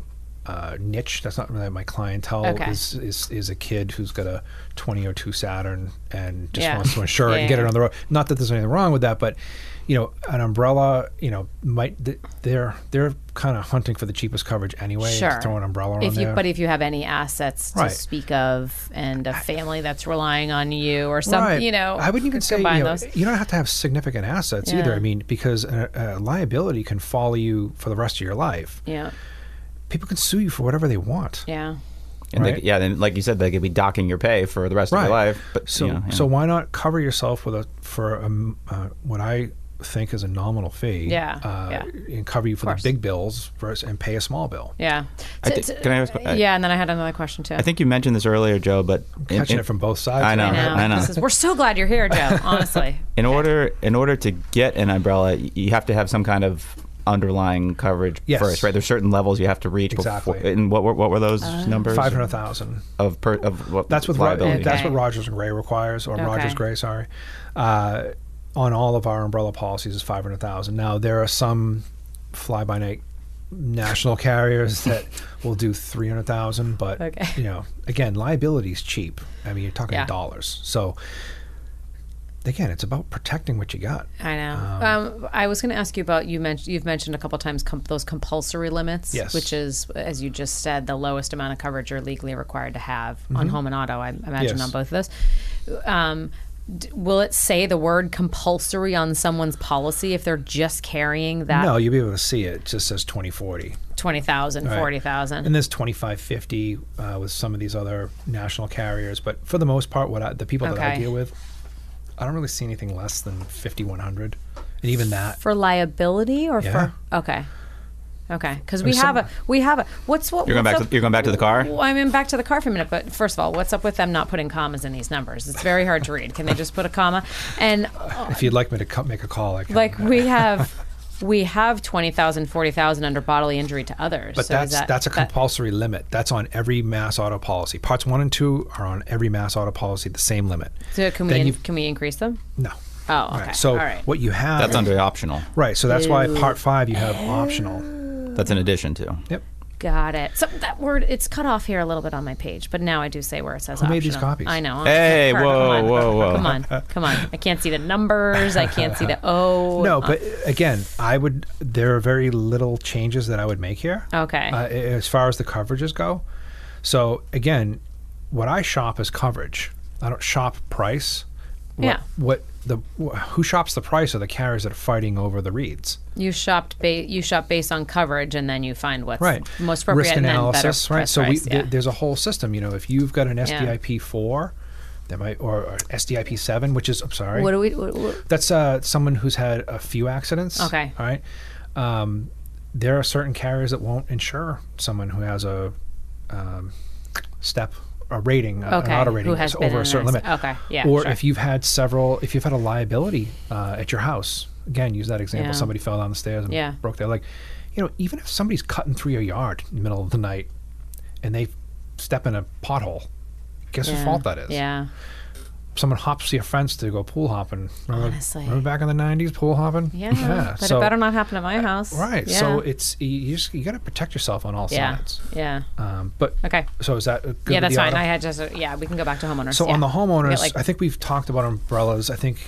Speaker 3: uh, niche. That's not really my clientele.
Speaker 2: Okay.
Speaker 3: Is, is is a kid who's got a 2002 Saturn and just
Speaker 2: Yeah.
Speaker 3: wants to insure it
Speaker 2: Yeah,
Speaker 3: and get
Speaker 2: yeah.
Speaker 3: it on the road. Not that there's anything wrong with that, but you know, an umbrella, you know, might th- they're they're kind of hunting for the cheapest coverage anyway.
Speaker 2: Sure.
Speaker 3: Throw an umbrella on
Speaker 2: If you,
Speaker 3: there.
Speaker 2: but if you have any assets to
Speaker 3: Right.
Speaker 2: speak of, and a family that's relying on you, or some,
Speaker 3: Right.
Speaker 2: you know,
Speaker 3: I wouldn't even
Speaker 2: could
Speaker 3: say you,
Speaker 2: combine
Speaker 3: know,
Speaker 2: those.
Speaker 3: you don't have to have significant assets either.
Speaker 2: Yeah.
Speaker 3: I mean, because a, a liability can follow you for the rest of your life.
Speaker 2: Yeah,
Speaker 3: People can sue you for whatever they want.
Speaker 2: yeah.
Speaker 4: And they,
Speaker 3: Right.
Speaker 4: yeah, then like you said, they could be docking your pay for the rest of your life. But
Speaker 3: so,
Speaker 4: you know, yeah.
Speaker 3: so why not cover yourself with a for a m uh, what I think is a nominal fee?
Speaker 2: Yeah,
Speaker 3: uh,
Speaker 2: yeah.
Speaker 3: and cover you for the
Speaker 2: course.
Speaker 3: big bills versus, and pay a small bill.
Speaker 2: Yeah.
Speaker 4: I
Speaker 2: T-
Speaker 4: thi-
Speaker 2: t-
Speaker 4: can I ask- I-
Speaker 2: yeah, and then I had another question too.
Speaker 4: I think you mentioned this earlier, Joe, but in-
Speaker 3: Catching
Speaker 4: in-
Speaker 3: it from both sides.
Speaker 4: I know.
Speaker 2: I know.
Speaker 4: I know.
Speaker 2: This is- we're so glad you're here, Joe.
Speaker 4: (laughs)
Speaker 2: Honestly.
Speaker 4: in order in order to get an umbrella, y- you have to have some kind of underlying coverage
Speaker 3: Yes.
Speaker 4: first, right? There's certain levels you have to reach.
Speaker 3: Exactly.
Speaker 4: Before, and what were, what were those
Speaker 2: Uh,
Speaker 4: numbers?
Speaker 3: Five hundred thousand.
Speaker 4: of per, of what,
Speaker 3: That's what Ro-
Speaker 4: liability.
Speaker 3: that's
Speaker 2: Okay.
Speaker 3: what Rogers and Gray requires, or Rogers
Speaker 2: Okay.
Speaker 3: Gray, sorry. Uh, on all of our umbrella policies is five hundred thousand. Now there are some fly by night national
Speaker 2: (laughs)
Speaker 3: carriers that will do three hundred thousand, but
Speaker 2: Okay.
Speaker 3: you know, again, liability is cheap. I mean, you're talking
Speaker 2: Yeah.
Speaker 3: dollars, so. Again, it's about protecting what you got.
Speaker 2: I know. Um, I was going to ask you about you mentioned you've mentioned a couple times com- those compulsory limits,
Speaker 3: Yes.
Speaker 2: which is as you just said the lowest amount of coverage you're legally required to have on home and auto. I imagine
Speaker 3: Mm-hmm. Yes.
Speaker 2: on both of those. Um, d- will it say the word compulsory on someone's policy if they're just carrying that
Speaker 3: No, you'll be able to see it. It just says twenty forty.
Speaker 2: twenty thousand,
Speaker 3: Right.
Speaker 2: forty thousand?
Speaker 3: And there's 2550 uh, with some of these other national carriers, but for the most part, what I, the people that I
Speaker 2: Okay.
Speaker 3: deal with, I don't really see anything less than 5100, and even that.
Speaker 2: for liability or
Speaker 3: Yeah.
Speaker 2: for okay okay because we
Speaker 3: There's
Speaker 2: have
Speaker 3: some-
Speaker 2: a we have a what's what
Speaker 4: You're going
Speaker 2: what's
Speaker 4: back to- you're going back to the car?
Speaker 2: well, i mean back to the car for a minute but first of all what's up with them not putting commas in these numbers it's very hard to read can they just put a comma and uh,
Speaker 3: If you'd like me to co- make a call, I can.
Speaker 2: like we have we have 20000 40000 under bodily injury to others
Speaker 3: but
Speaker 2: so
Speaker 3: that's
Speaker 2: is that,
Speaker 3: that's a
Speaker 2: that-
Speaker 3: compulsory limit. That's on every mass auto policy. Parts one and two are on every mass auto policy. The same limit.
Speaker 2: so can we
Speaker 3: Then
Speaker 2: in-
Speaker 3: you've-
Speaker 2: can we increase them
Speaker 3: No.
Speaker 2: oh okay
Speaker 3: Right. So
Speaker 2: all right
Speaker 3: what you have
Speaker 4: That's under optional.
Speaker 3: right. So that's why part five you have optional.
Speaker 4: That's in addition to.
Speaker 3: Yep.
Speaker 2: got it so that word it's cut off here a little bit on my page but now i do say where it says
Speaker 3: Who made these
Speaker 2: optional.
Speaker 3: copies?
Speaker 2: i know I'm
Speaker 4: Hey,
Speaker 2: Kurt, come
Speaker 4: whoa,
Speaker 2: on.
Speaker 4: whoa, whoa.
Speaker 2: come on come on i can't see the numbers i can't
Speaker 3: (laughs)
Speaker 2: see the oh
Speaker 3: No, but again, I would. There are very little changes that I would make here.
Speaker 2: Okay.
Speaker 3: Uh, a- as far as the coverages go, so again, what I shop is coverage. I don't shop price. What,
Speaker 2: Yeah.
Speaker 3: What the wh- who shops the price are the carriers that are fighting over the reads.
Speaker 2: you shopped ba- you shop based on coverage and then you find what's
Speaker 3: Right.
Speaker 2: most appropriate
Speaker 3: Risk
Speaker 2: and then better
Speaker 3: analysis, right?
Speaker 2: price
Speaker 3: So
Speaker 2: price,
Speaker 3: we,
Speaker 2: yeah.
Speaker 3: th- there's a whole system. You know, if you've got an SDIP four, that might or, or SDIP seven, which is I'm sorry.
Speaker 2: what do we what, what-
Speaker 3: That's uh, someone who's had a few accidents.
Speaker 2: Okay.
Speaker 3: All right. Um, there are certain carriers that won't insure someone who has a um, step, a rating, a-
Speaker 2: Okay,
Speaker 3: an auto rating
Speaker 2: who has
Speaker 3: that's
Speaker 2: been
Speaker 3: over
Speaker 2: in
Speaker 3: a certain
Speaker 2: an
Speaker 3: limit.
Speaker 2: acc- okay, yeah,
Speaker 3: Or
Speaker 2: sure.
Speaker 3: if you've had several, if you've had a liability uh, at your house, again, use that example.
Speaker 2: Yeah.
Speaker 3: Somebody fell down the stairs and
Speaker 2: Yeah.
Speaker 3: broke their leg. You know, even if somebody's cutting through your yard in the middle of the night and they step in a pothole, guess whose
Speaker 2: yeah.
Speaker 3: fault that is?
Speaker 2: yeah
Speaker 3: someone hops your fence to go pool hopping. Remember,
Speaker 2: Honestly.
Speaker 3: remember back in the '90s, pool hopping.
Speaker 2: yeah, but
Speaker 3: so-
Speaker 2: it better not happen at my house
Speaker 3: Right.
Speaker 2: yeah.
Speaker 3: So it's you, you, just, you got to protect yourself on all
Speaker 2: yeah
Speaker 3: sides.
Speaker 2: yeah
Speaker 3: Um, but
Speaker 2: okay
Speaker 3: So is that a good?
Speaker 2: yeah that's
Speaker 3: with the
Speaker 2: fine
Speaker 3: auto?
Speaker 2: i had just a, yeah we can go back to homeowners
Speaker 3: so
Speaker 2: yeah.
Speaker 3: on the
Speaker 2: Yeah,
Speaker 3: homeowners,
Speaker 2: like-
Speaker 3: I think we've talked about umbrellas. I think.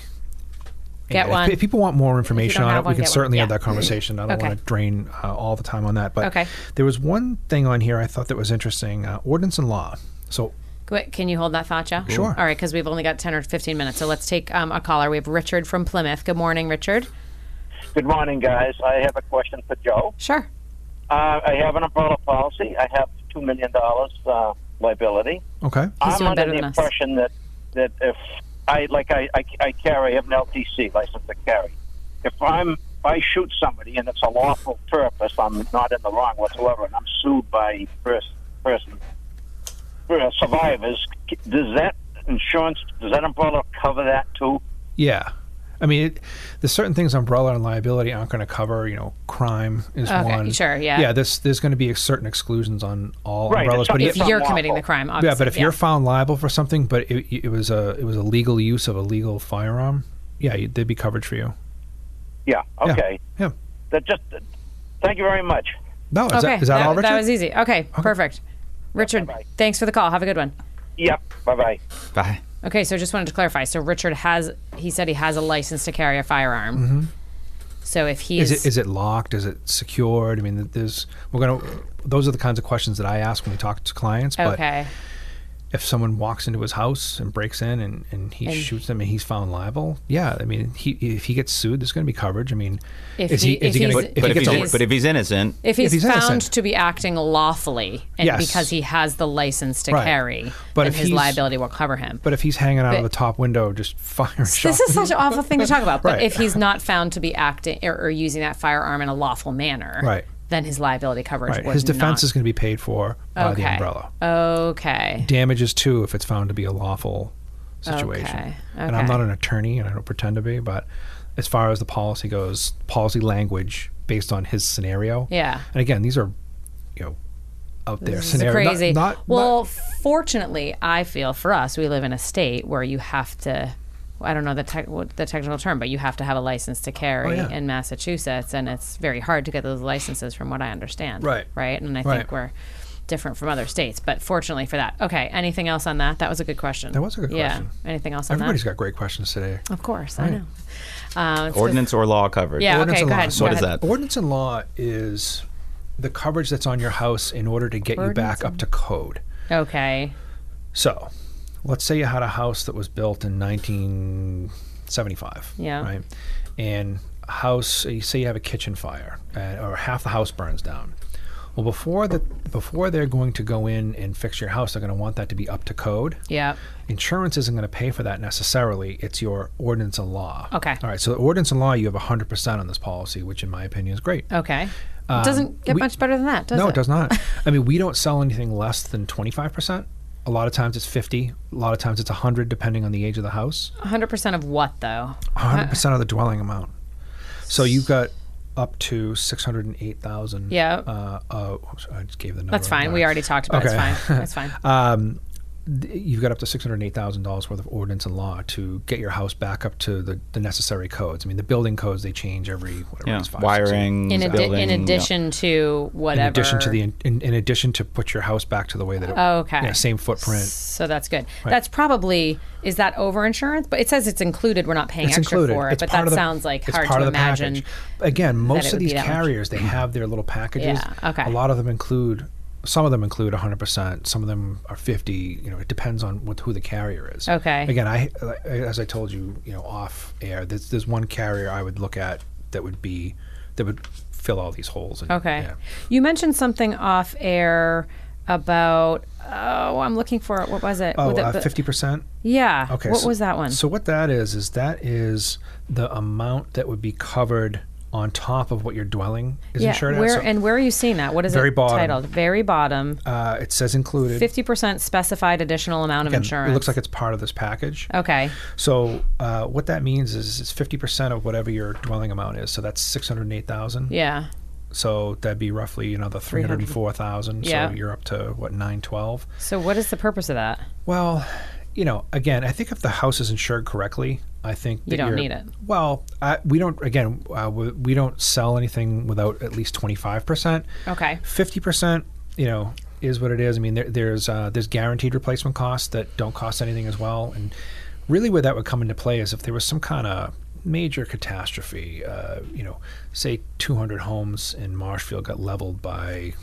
Speaker 2: Get
Speaker 3: if-
Speaker 2: one.
Speaker 3: If people want more information on
Speaker 2: have
Speaker 3: it,
Speaker 2: one,
Speaker 3: we can
Speaker 2: get one.
Speaker 3: certainly have
Speaker 2: Yeah.
Speaker 3: that conversation. I don't
Speaker 2: Okay.
Speaker 3: want to drain uh, all the time on that. But
Speaker 2: Okay.
Speaker 3: there was one thing on here I thought that was interesting: uh, ordinance and law. So
Speaker 2: Qu- Can you hold that thought, Joe?
Speaker 3: Sure.
Speaker 2: All right, because we've only got 10 or 15 minutes. So let's take um, a caller. We have Richard from Plymouth. Good morning, Richard.
Speaker 5: Good morning, guys. I have a question for Joe.
Speaker 2: Sure.
Speaker 5: Uh, I have an umbrella policy. I have two million dollars uh, liability.
Speaker 3: okay,
Speaker 5: I'm
Speaker 2: doing
Speaker 5: under
Speaker 2: better
Speaker 5: the
Speaker 2: than us.
Speaker 5: impression that that if I like I, I, I carry I have an LTC license to carry. If I'm if I shoot somebody and it's a lawful purpose, I'm not in the wrong whatsoever, and I'm sued by first person for survivors. Does that insurance? Does that umbrella cover that too?
Speaker 3: Yeah. I mean, it, there's certain things umbrella and liability aren't going to cover. You know, crime is
Speaker 2: Okay,
Speaker 3: one.
Speaker 2: sure, yeah.
Speaker 3: Yeah. There's there's going to be certain exclusions on all
Speaker 5: Right,
Speaker 3: umbrellas,
Speaker 5: it's not-
Speaker 3: but
Speaker 2: if
Speaker 5: it's not
Speaker 2: you're
Speaker 5: lawful.
Speaker 2: committing the crime, obviously.
Speaker 3: yeah, but if you're found liable for something, but it, it was a it was a legal use of a legal firearm, yeah, you, they'd be covered for you.
Speaker 5: Yeah.
Speaker 3: Yeah.
Speaker 5: Okay.
Speaker 3: Yeah.
Speaker 5: That just. thank you very much.
Speaker 3: No, is
Speaker 2: okay,
Speaker 3: that is that, all, Richard?
Speaker 2: that was easy. Okay, perfect. Richard,
Speaker 5: bye-bye.
Speaker 2: thanks for the call. Have a good one.
Speaker 5: Yep. Bye bye.
Speaker 4: Bye.
Speaker 2: Okay, so just wanted to clarify. So Richard has he said he has a license to carry a firearm. So if he
Speaker 3: Mm-hmm. is
Speaker 2: is,
Speaker 3: it is it locked? Is it secured? I mean, there's we're gonna those are the kinds of questions that I ask when we talk to clients. But
Speaker 2: okay,
Speaker 3: if someone walks into his house and breaks in and, and he shoots them and he's found liable, yeah, I mean, he if he gets sued, there's going to be coverage. I mean,
Speaker 2: If
Speaker 3: is
Speaker 2: he-
Speaker 3: he,
Speaker 2: if
Speaker 3: is he
Speaker 2: he's-
Speaker 3: going
Speaker 4: But,
Speaker 3: to
Speaker 4: but, if
Speaker 2: gets
Speaker 4: he's,
Speaker 2: a-
Speaker 4: in- but if he's innocent,
Speaker 2: if he's,
Speaker 3: he's
Speaker 2: found
Speaker 3: innocent.
Speaker 2: to be acting lawfully, and
Speaker 3: Yes.
Speaker 2: because he has the license to
Speaker 3: Right.
Speaker 2: carry,
Speaker 3: But
Speaker 2: then
Speaker 3: if
Speaker 2: his
Speaker 3: he's-
Speaker 2: liability will cover him.
Speaker 3: but if he's hanging out
Speaker 2: But-
Speaker 3: of the top window just (laughs) firing shots,
Speaker 2: this is such an awful thing to talk about. But
Speaker 3: Right.
Speaker 2: if he's not found to be acting or, or using that firearm in a lawful manner,
Speaker 3: Right.
Speaker 2: then his liability coverage
Speaker 3: right,
Speaker 2: was
Speaker 3: his defense
Speaker 2: not-
Speaker 3: is going to be paid for by the
Speaker 2: Okay.
Speaker 3: umbrella.
Speaker 2: Okay.
Speaker 3: Damages too, if it's found to be a lawful situation.
Speaker 2: Okay,
Speaker 3: And I'm
Speaker 2: okay.
Speaker 3: not an attorney, and I don't pretend to be, but as far as the policy goes, policy language based on his scenario.
Speaker 2: Yeah.
Speaker 3: And again, these are, you know, out there
Speaker 2: It's
Speaker 3: scenarios. Not-
Speaker 2: crazy.
Speaker 3: Not,
Speaker 2: well, fortunately, I feel for us, we live in a state where you have to. I don't know the tech what the technical term, but you have to have a license to carry
Speaker 3: Oh, yeah.
Speaker 2: in Massachusetts, and it's very hard to get those licenses, from what I understand.
Speaker 3: Right.
Speaker 2: Right. And I think
Speaker 3: Right.
Speaker 2: we're different from other states, but fortunately for that. Okay. Anything else on that? That was a good question.
Speaker 3: That was a good question.
Speaker 2: Yeah. Anything else on
Speaker 3: Everybody's
Speaker 2: that?
Speaker 3: got great questions today.
Speaker 2: Of course, I know. Uh, let's go-
Speaker 4: ordinance or law covered.
Speaker 2: Yeah.
Speaker 3: Ordinance
Speaker 2: Okay.
Speaker 3: and
Speaker 2: Go
Speaker 3: law.
Speaker 2: ahead.
Speaker 3: So
Speaker 2: go
Speaker 4: what is
Speaker 2: ahead.
Speaker 4: that?
Speaker 3: Ordinance and law is the coverage that's on your house in order to get you
Speaker 2: Ordinance
Speaker 3: back up to code.
Speaker 2: Okay.
Speaker 3: So, let's say you had a house that was built in 1975.
Speaker 2: Yeah.
Speaker 3: Right. And a house, you say you have a kitchen fire, uh, or half the house burns down. Well, before the before they're going to go in and fix your house, they're going to want that to be up to code.
Speaker 2: Yeah.
Speaker 3: Insurance isn't going to pay for that necessarily. It's your ordinance and law.
Speaker 2: Okay.
Speaker 3: All right. So the ordinance and law, you have 100% on this policy, which in my opinion is great.
Speaker 2: Okay. doesn't get
Speaker 3: Um, we-
Speaker 2: much better than that, does
Speaker 3: no,
Speaker 2: it?
Speaker 3: it does
Speaker 2: (laughs)
Speaker 3: not. I mean, we don't sell anything less than 25%. A lot of times it's 50. A lot of times it's 100 depending on the age of the house.
Speaker 2: 100% of what though?
Speaker 3: 100% of the dwelling amount. So you've got up to 608,000.
Speaker 2: Yeah.
Speaker 3: Uh, uh, oops, I just gave the number.
Speaker 2: That's fine. We
Speaker 3: Sorry.
Speaker 2: already talked about it.
Speaker 3: Okay.
Speaker 2: It's fine. It's fine.
Speaker 3: (laughs) um, th- you've got up to six hundred eight thousand dollars worth of ordinance and law to get your house back up to the, the necessary codes. I mean, the building codes they change every whatever
Speaker 4: Yeah.
Speaker 3: it's five, six, eight-
Speaker 4: Wiring,
Speaker 2: in, addi-
Speaker 4: building,
Speaker 2: in
Speaker 4: yeah.
Speaker 2: addition to
Speaker 3: In
Speaker 2: whatever.
Speaker 3: addition to the in, in, in addition to put your house back to the way that it
Speaker 2: Oh, okay.
Speaker 3: yeah, same footprint.
Speaker 2: So that's good. That's probably is that over insurance? But it says it's included. We're not paying
Speaker 3: It's
Speaker 2: extra
Speaker 3: included.
Speaker 2: for it.
Speaker 3: it's
Speaker 2: but
Speaker 3: part
Speaker 2: that
Speaker 3: of the,
Speaker 2: sounds like
Speaker 3: it's
Speaker 2: hard
Speaker 3: part
Speaker 2: to
Speaker 3: of the
Speaker 2: imagine.
Speaker 3: package. Again,
Speaker 2: it
Speaker 3: most
Speaker 2: would
Speaker 3: of
Speaker 2: be
Speaker 3: these
Speaker 2: that much.
Speaker 3: carriers they have their little packages.
Speaker 2: Yeah, okay.
Speaker 3: A lot of them include. Some of them include 100%. Some of them are 50. You know, it depends on what who the carrier is.
Speaker 2: Okay.
Speaker 3: Again, I as I told you, you know, off air. There's there's one carrier I would look at that would be that would fill all these holes. And,
Speaker 2: Okay.
Speaker 3: yeah.
Speaker 2: You mentioned something off air about. Oh, I'm looking for it. What was it?
Speaker 3: Oh,
Speaker 2: With it-
Speaker 3: uh,
Speaker 2: but-
Speaker 3: 50%.
Speaker 2: Yeah.
Speaker 3: Okay.
Speaker 2: What
Speaker 3: so-
Speaker 2: was that one?
Speaker 3: So what that is is that is the amount that would be covered on top of what your dwelling is
Speaker 2: yeah.
Speaker 3: insured
Speaker 2: where
Speaker 3: at. So,
Speaker 2: and where are you seeing that? What is
Speaker 3: Very
Speaker 2: it
Speaker 3: bottom.
Speaker 2: titled? Very bottom.
Speaker 3: uh, it says included.
Speaker 2: Fifty percent specified additional amount of
Speaker 3: Again,
Speaker 2: insurance.
Speaker 3: It looks like it's part of this package.
Speaker 2: Okay.
Speaker 3: So uh, what that means is it's 50% of whatever your dwelling amount is. So that's 608,000.
Speaker 2: Yeah.
Speaker 3: So that'd be roughly another 304,000.
Speaker 2: Yeah.
Speaker 3: So you're up to what 912.
Speaker 2: So what is the purpose of that?
Speaker 3: Well, you know, again, I think if the house is insured correctly, I think that
Speaker 2: don't
Speaker 3: you're-
Speaker 2: need it.
Speaker 3: Well, I, we don't. Again, uh, we, we don't sell anything without at least twenty five percent.
Speaker 2: Okay.
Speaker 3: Fifty percent, you know, is what it is. I mean, there, there's uh, there's guaranteed replacement costs that don't cost anything as well, and really where that would come into play is if there was some kind of major catastrophe. Uh, you know, say two hundred homes in Marshfield got leveled by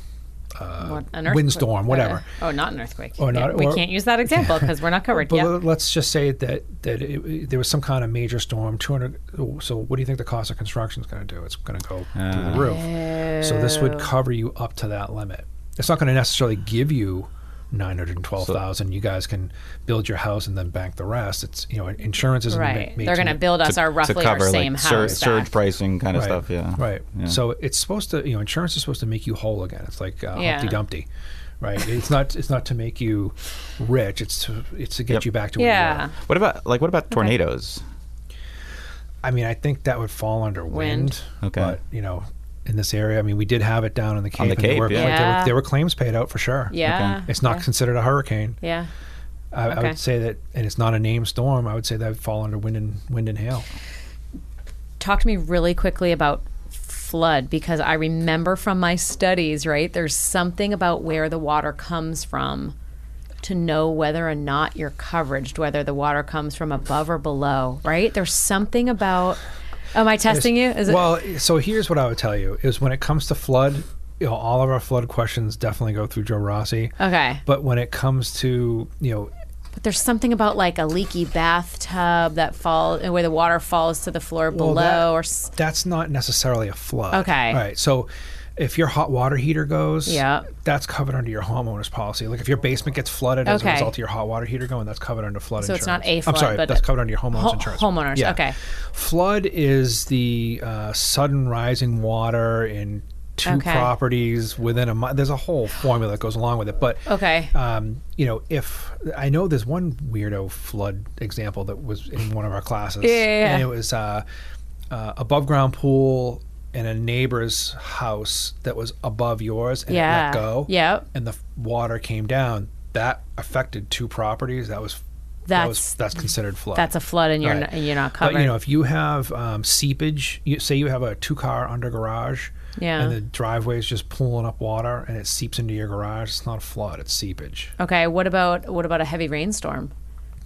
Speaker 2: What, an earthquake?
Speaker 3: uh, windstorm, whatever.
Speaker 2: Uh, oh, not an earthquake.
Speaker 3: Or not-
Speaker 2: we
Speaker 3: or-
Speaker 2: can't use that
Speaker 3: (laughs)
Speaker 2: example because we're not covered.
Speaker 3: But
Speaker 2: yeah.
Speaker 3: le- let's just say that that it, it- there was some kind of major storm. Two hundred. So what do you think the cost of construction is going to do? It's going to go through the roof. So this would cover you up to that limit. It's not going to necessarily give you nine hundred and twelve thousand. you guys can build your house and then bank the rest. It's you know insurance isn't ma-
Speaker 2: Right.
Speaker 3: made
Speaker 2: They're
Speaker 3: to-
Speaker 2: going to build us our roughly
Speaker 4: cover
Speaker 2: our same
Speaker 4: like
Speaker 2: house.
Speaker 4: sur-
Speaker 2: back.
Speaker 4: surge pricing kind of
Speaker 3: Right.
Speaker 4: stuff. Yeah.
Speaker 3: Right.
Speaker 4: Yeah.
Speaker 3: So it's supposed to, you know, insurance is supposed to make you whole again. It's like uh,
Speaker 2: Yeah.
Speaker 3: Humpty Dumpty, right? It's not it's not to make you rich. It's to it's to get
Speaker 4: Yep.
Speaker 3: you back to where you
Speaker 2: Yeah.
Speaker 3: were.
Speaker 4: What about like what about tornadoes?
Speaker 3: I mean, I think that would fall under wind.
Speaker 4: Okay.
Speaker 3: But you know, in this area, I mean, we did have it down in the Cape.
Speaker 4: On the
Speaker 3: and there
Speaker 4: Cape,
Speaker 3: were,
Speaker 4: yeah.
Speaker 3: like, there, were,
Speaker 2: Yeah.
Speaker 3: there were claims paid out for sure.
Speaker 2: Yeah.
Speaker 4: Okay.
Speaker 3: It's not considered a hurricane.
Speaker 2: Yeah.
Speaker 3: I, I
Speaker 2: Okay.
Speaker 3: would say that, and it's not a named storm. I would say that would fall under wind and wind and hail.
Speaker 2: talk to me really quickly about flood because I remember from my studies, right? There's something about where the water comes from to know whether or not you're covered, whether the water comes from above or below, right? There's something about. Am I testing you? Is it?
Speaker 3: well, so here's what I would tell you is when it comes to flood, you know, all of our flood questions definitely go through Joe Rossi.
Speaker 2: okay.
Speaker 3: But when it comes to you know
Speaker 2: But there's something about like a leaky bathtub that falls, where the water falls to the floor below,
Speaker 3: that-
Speaker 2: or s-
Speaker 3: that's not necessarily a flood.
Speaker 2: Okay.
Speaker 3: All right. So if your hot water heater goes,
Speaker 2: Yeah.
Speaker 3: that's covered under your homeowner's policy. Like if your basement gets flooded as a
Speaker 2: Okay.
Speaker 3: result of your hot water heater going, that's covered under flood
Speaker 2: So
Speaker 3: insurance.
Speaker 2: it's not a flood,
Speaker 3: I'm sorry,
Speaker 2: but
Speaker 3: that's
Speaker 2: a-
Speaker 3: covered under your homeowner's
Speaker 2: ho-
Speaker 3: insurance.
Speaker 2: homeowners, okay.
Speaker 3: Flood is the uh, sudden rising water in two
Speaker 2: Okay.
Speaker 3: properties within a month. There's a whole formula that goes along with it, but
Speaker 2: okay.
Speaker 3: um, you know, if I know there's one weirdo flood example that was in one of our classes,
Speaker 2: yeah, yeah.
Speaker 3: and it was uh, uh, above ground pool in a neighbor's house that was above yours and it
Speaker 2: Yeah.
Speaker 3: let go,
Speaker 2: Yep.
Speaker 3: and the f- water came down. That affected two properties. That was that was
Speaker 2: That's-
Speaker 3: that's considered flood.
Speaker 2: That's a flood, and you're
Speaker 3: Right.
Speaker 2: not, you're not covered.
Speaker 3: But you know, if you have um, seepage, you, say you have a two-car under garage,
Speaker 2: Yeah.
Speaker 3: and the driveway is just pulling up water, and it seeps into your garage. It's not a flood; it's seepage.
Speaker 2: okay. What about what about a heavy rainstorm?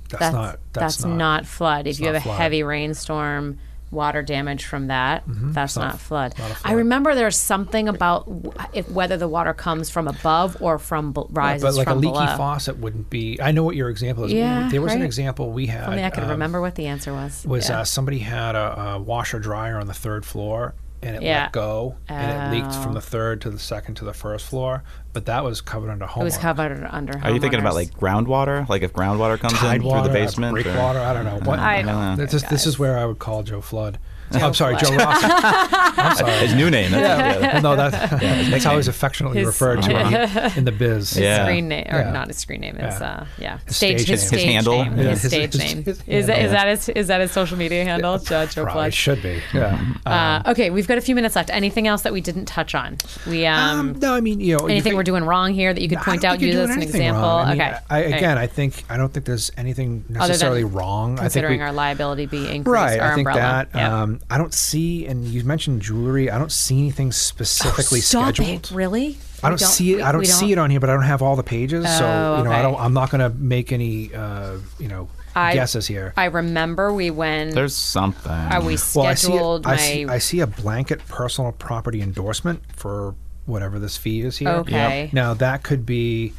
Speaker 3: That's,
Speaker 2: that's
Speaker 3: not. That's,
Speaker 2: not, flood. If you
Speaker 3: not
Speaker 2: have a
Speaker 3: flood.
Speaker 2: heavy rainstorm, water damage from that, that's not, flood.
Speaker 3: Mm-hmm. not a
Speaker 2: I
Speaker 3: flood.
Speaker 2: remember there's something about w- if whether the water comes from above or from b- rises
Speaker 3: but like a
Speaker 2: from
Speaker 3: leaky
Speaker 2: below.
Speaker 3: faucet wouldn't be. I know what your example is.
Speaker 2: Yeah,
Speaker 3: there was an
Speaker 2: right.
Speaker 3: example we had.
Speaker 2: I mean, I could
Speaker 3: um,
Speaker 2: remember what the answer was.
Speaker 3: Was
Speaker 2: Yeah.
Speaker 3: uh, somebody had a, a washer dryer on the third floor and it
Speaker 2: Yeah. Oh.
Speaker 3: let go and it leaked from the third to the second to the first floor, but that was covered under homeowners.
Speaker 2: it was covered under.
Speaker 3: Oh,
Speaker 4: Are you thinking about
Speaker 2: homeowners.
Speaker 4: like groundwater? Like if groundwater comes
Speaker 3: Tide
Speaker 4: in
Speaker 3: water,
Speaker 4: through the basement?
Speaker 3: break
Speaker 4: or-
Speaker 3: water. I don't know. What?
Speaker 2: I don't
Speaker 3: This is this is where I would call Joe Flood. Oh, I'm sorry,
Speaker 2: Flood. (laughs)
Speaker 3: Joe Ross.
Speaker 4: His new name. That's
Speaker 3: well, no, that, (laughs) that's how he's affectionately
Speaker 2: His-
Speaker 3: referred to (laughs) in, in the biz.
Speaker 4: Yeah.
Speaker 2: Screen name, or
Speaker 3: Yeah.
Speaker 2: not his screen name, his
Speaker 3: Yeah.
Speaker 2: uh, yeah,
Speaker 3: His
Speaker 2: stage,
Speaker 3: stage
Speaker 2: his
Speaker 3: name.
Speaker 2: stage
Speaker 3: His
Speaker 4: handle?
Speaker 2: name,
Speaker 4: Yeah.
Speaker 2: his
Speaker 3: (laughs) His-
Speaker 2: stage
Speaker 3: his-
Speaker 2: name.
Speaker 3: his
Speaker 2: Is that is
Speaker 3: handle.
Speaker 2: that his is that his social media handle? Judge or
Speaker 3: Probably
Speaker 2: Flood?
Speaker 3: should be.
Speaker 4: Mm-hmm.
Speaker 3: Yeah.
Speaker 2: Uh,
Speaker 3: Um,
Speaker 2: okay, we've got a few minutes left. Anything else that we didn't touch on? We um,
Speaker 3: Um, no, I mean, you know, you
Speaker 2: anything
Speaker 3: think-
Speaker 2: we're doing wrong here that you could
Speaker 3: I
Speaker 2: point
Speaker 3: don't
Speaker 2: out,
Speaker 3: think
Speaker 2: use
Speaker 3: you're
Speaker 2: as
Speaker 3: doing
Speaker 2: an
Speaker 3: anything
Speaker 2: example?
Speaker 3: wrong. I mean,
Speaker 2: okay.
Speaker 3: I, I-
Speaker 2: All right.
Speaker 3: again, I think I don't think there's anything
Speaker 2: than
Speaker 3: necessarily wrong. I think
Speaker 2: Considering
Speaker 3: we,
Speaker 2: our liability being increased,
Speaker 3: right.
Speaker 2: our
Speaker 3: I think
Speaker 2: umbrella.
Speaker 3: that um, I don't see, and you mentioned jewelry. I don't see anything specifically
Speaker 2: Oh, Stop
Speaker 3: scheduled.
Speaker 2: it! Really?
Speaker 3: I don't, see it. I don't, see it on here, but I don't have all the pages, so
Speaker 2: Oh,
Speaker 3: you know, I
Speaker 2: okay.
Speaker 3: don't. I'm not going to make any, uh, you know,
Speaker 2: I-
Speaker 3: guesses here.
Speaker 2: I remember we when
Speaker 4: There's something.
Speaker 2: are we
Speaker 3: I see, it-
Speaker 2: scheduled
Speaker 3: I,
Speaker 2: my
Speaker 3: see, I see a blanket personal property endorsement for whatever this fee is here.
Speaker 2: okay.
Speaker 3: Now that could be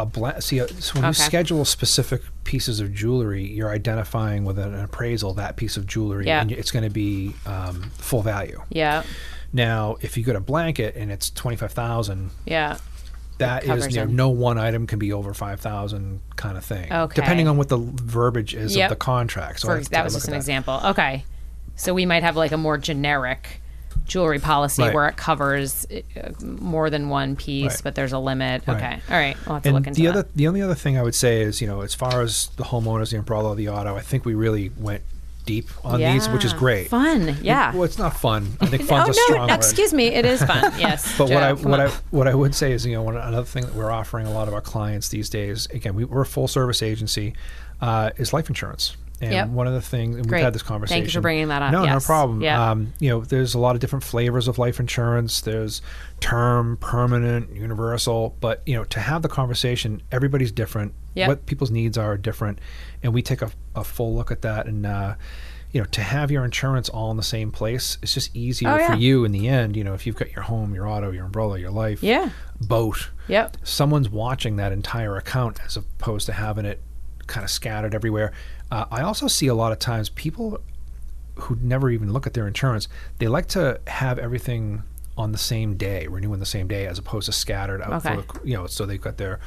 Speaker 3: a bla- see. uh, So when you
Speaker 2: Okay.
Speaker 3: schedule specific pieces of jewelry, you're identifying with an appraisal that piece of jewelry,
Speaker 2: Yeah.
Speaker 3: and it's going to be um, full value.
Speaker 2: Yeah,
Speaker 3: Now, if you get a blanket and it's twenty five thousand,
Speaker 2: yeah.
Speaker 3: that is
Speaker 2: covers
Speaker 3: you know,
Speaker 2: it.
Speaker 3: no one item can be over five thousand kind of thing.
Speaker 2: Okay.
Speaker 3: Depending on what the verbiage is
Speaker 2: Yep.
Speaker 3: of the contract. So I
Speaker 2: For,
Speaker 3: have to take
Speaker 2: that
Speaker 3: a
Speaker 2: was
Speaker 3: look
Speaker 2: just
Speaker 3: at
Speaker 2: an
Speaker 3: that.
Speaker 2: example. Okay, so we might have like a more generic jewelry policy
Speaker 3: Right.
Speaker 2: where it covers uh, more than one piece,
Speaker 3: Right.
Speaker 2: but there's a limit.
Speaker 3: Right.
Speaker 2: Okay, all right. I'll have to
Speaker 3: And
Speaker 2: look into
Speaker 3: the
Speaker 2: that.
Speaker 3: other, the only other thing I would say is, you know, as far as the homeowners, the umbrella, the auto, I think we really went deep on these, which is
Speaker 2: Yeah.
Speaker 3: great.
Speaker 2: Fun, yeah.
Speaker 3: Well, it's not fun.
Speaker 2: (laughs)
Speaker 3: I think fun's a
Speaker 2: oh
Speaker 3: strong
Speaker 2: no!
Speaker 3: word.
Speaker 2: Excuse me. It is
Speaker 3: (laughs)
Speaker 2: fun. Yes.
Speaker 3: But
Speaker 2: Joe,
Speaker 3: what I
Speaker 2: come
Speaker 3: what
Speaker 2: on.
Speaker 3: I what I would say is, you know, one, another thing that we're offering a lot of our clients these days, again, we, we're a full service agency, uh, is life insurance. And
Speaker 2: Yep.
Speaker 3: one of the things, and
Speaker 2: Great.
Speaker 3: we've had this
Speaker 2: Thank you for
Speaker 3: conversation.
Speaker 2: bringing that up.
Speaker 3: No, no
Speaker 2: Yes.
Speaker 3: problem.
Speaker 2: Yeah.
Speaker 3: Um, you know, there's a lot of different flavors of life insurance. There's term, permanent, universal. But you know, to have the conversation, everybody's different.
Speaker 2: Yep.
Speaker 3: What people's needs are different, and we take a, a full look at that. And uh, you know, to have your insurance all in the same place, it's just easier
Speaker 2: Oh,
Speaker 3: for
Speaker 2: yeah.
Speaker 3: you in the end. You know, if you've got your home, your auto, your umbrella, your life,
Speaker 2: Yeah.
Speaker 3: boat.
Speaker 2: Yep.
Speaker 3: Someone's watching that entire account as opposed to having it kind of scattered everywhere. Uh, I also see a lot of times people who never even look at their insurance, they like to have everything on the same day, renewing the same day, as opposed to scattered out.
Speaker 2: Okay.
Speaker 3: For the, you know, so they've got their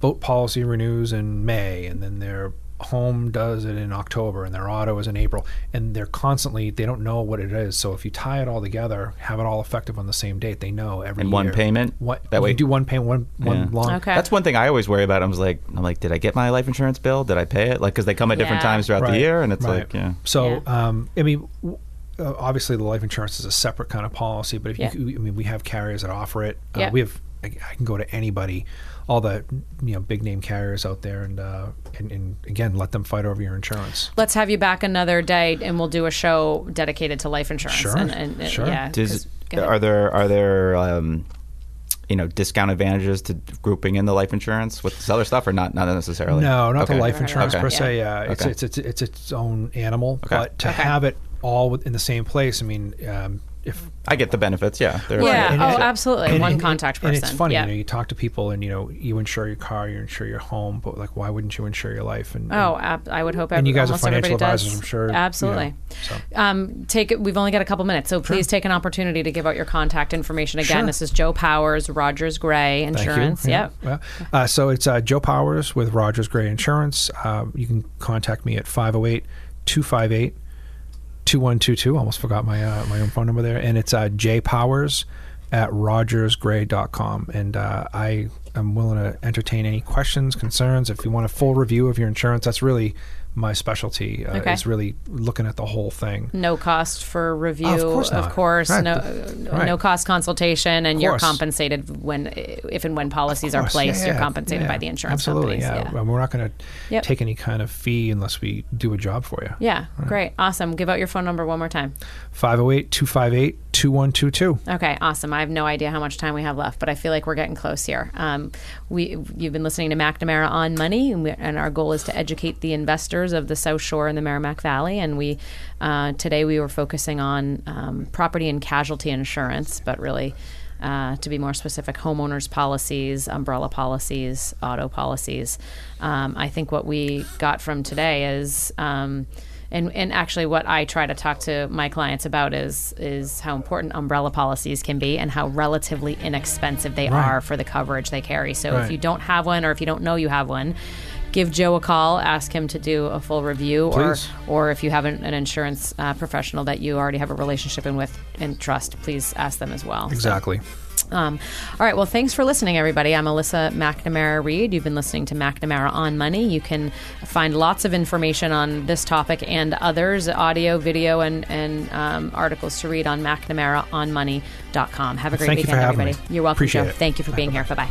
Speaker 3: boat policy renews in May, and then their home does it in October and their auto is in April, and they're constantly they don't know what it is. So if you tie it all together, have it all effective on the same date, they know every
Speaker 4: And one
Speaker 3: year.
Speaker 4: payment?
Speaker 3: What
Speaker 4: That
Speaker 3: that way
Speaker 4: way-
Speaker 3: you do one payment, one one
Speaker 4: Yeah.
Speaker 3: long.
Speaker 2: Okay.
Speaker 4: That's one thing I always worry about. I was like, I'm like, did I get my life insurance bill? Did I pay it? Like, because they come at different
Speaker 2: Yeah.
Speaker 4: times throughout the
Speaker 3: Right,
Speaker 4: year, and it's
Speaker 3: right.
Speaker 4: like, yeah.
Speaker 3: So, um, I mean, w- uh, obviously, the life insurance is a separate kind of policy, but if
Speaker 2: Yeah.
Speaker 3: you, c- I mean, we have carriers that offer it. Uh,
Speaker 2: Yeah.
Speaker 3: We have. I, I can go to anybody, all the you know big name carriers out there, and uh, and, and again, let them fight over your insurance.
Speaker 2: Let's have you back another day, and we'll do a show dedicated to life insurance.
Speaker 3: Sure,
Speaker 2: And, and, and-
Speaker 3: sure.
Speaker 2: Yeah.
Speaker 4: Does,
Speaker 2: 'cause- go ahead.
Speaker 4: are there are there um, you know discount advantages to grouping in the life insurance with this other stuff, or not? Not necessarily.
Speaker 3: No, not
Speaker 4: Okay.
Speaker 3: the life
Speaker 2: Never heard of
Speaker 3: insurance
Speaker 2: that.
Speaker 3: per
Speaker 2: Yeah.
Speaker 3: se. Yeah, it's,
Speaker 4: Okay.
Speaker 3: it's it's it's its own animal, but to have it all with- in the same place. I mean, um, if
Speaker 4: I get the benefits. Yeah. They're-
Speaker 2: Yeah.
Speaker 3: and
Speaker 2: oh,
Speaker 3: it's-
Speaker 2: absolutely. One
Speaker 3: and-
Speaker 2: contact
Speaker 3: and
Speaker 2: person.
Speaker 3: it's funny,
Speaker 2: Yeah.
Speaker 3: you know, you talk to people, and you know, you insure your car, you insure your home, but like, why wouldn't you insure your life? And, and
Speaker 2: Oh, ab- I would hope.
Speaker 3: and you guys are
Speaker 2: almost
Speaker 3: financial
Speaker 2: everybody does.
Speaker 3: advisors, I'm sure. you know,
Speaker 2: Absolutely.
Speaker 3: so.
Speaker 2: Um, take it. We've only got a couple minutes, so please take an opportunity to give out your contact information again.
Speaker 3: Sure.
Speaker 2: This is Joe Powers, Rogers Gray
Speaker 3: Thank you.
Speaker 2: Insurance.
Speaker 3: Yeah.
Speaker 2: Yep.
Speaker 3: Well, uh, so it's uh, Joe Powers with Rogers Gray Insurance. Uh, you can contact me at 508 258 2122. Almost forgot my uh, my own phone number there. And it's uh, jpowers at rogersgray.com. And uh, I am willing to entertain any questions, concerns. If you want a full review of your insurance, that's really my specialty, uh,
Speaker 2: Okay.
Speaker 3: is really looking at the whole thing.
Speaker 2: No cost for review,
Speaker 3: Of course
Speaker 2: of
Speaker 3: not.
Speaker 2: course,
Speaker 3: Right.
Speaker 2: no,
Speaker 3: The-
Speaker 2: uh,
Speaker 3: right.
Speaker 2: no cost consultation, and you're
Speaker 3: course.
Speaker 2: compensated when, if and when policies are
Speaker 3: course,
Speaker 2: placed,
Speaker 3: yeah,
Speaker 2: you're
Speaker 3: yeah,
Speaker 2: compensated
Speaker 3: yeah.
Speaker 2: by the insurance
Speaker 3: Absolutely,
Speaker 2: companies.
Speaker 3: yeah. And We're not going to
Speaker 2: Yep.
Speaker 3: take any kind of fee unless we do a job for you.
Speaker 2: Yeah, great, awesome. Give out your phone number one more time.
Speaker 3: 508 258 2122.
Speaker 2: Okay, awesome. I have no idea how much time we have left, but I feel like we're getting close here. Um, we you've been listening to McNamara on Money, and, we, and our goal is to educate the investors of the South Shore and the Merrimack Valley. And we uh, today we were focusing on um, property and casualty insurance, but really. Uh, to be more specific, homeowners policies, umbrella policies, auto policies. Um, I think what we got from today is um, and and actually what I try to talk to my clients about is is how important umbrella policies can be and how relatively inexpensive they are for the coverage they carry. So if
Speaker 3: Right.
Speaker 2: you don't have one or if you don't know you have one, give Joe a call, ask him to do a full review
Speaker 3: Please.
Speaker 2: or or if you have an, an insurance uh, professional that you already have a relationship in with and trust, please ask them as well.
Speaker 3: Exactly.
Speaker 2: Um, all right. Well, thanks for listening, everybody. I'm Alyssa McNamara Reed. You've been listening to McNamara on Money. You can find lots of information on this topic and others, audio, video, and, and um, articles to read on McNamaraOnMoney.com. Have a great
Speaker 3: Thank you
Speaker 2: weekend,
Speaker 3: for having
Speaker 2: everybody.
Speaker 3: me.
Speaker 2: You're welcome,
Speaker 3: Appreciate
Speaker 2: Joe.
Speaker 3: it.
Speaker 2: Thank you for being here. Bye bye.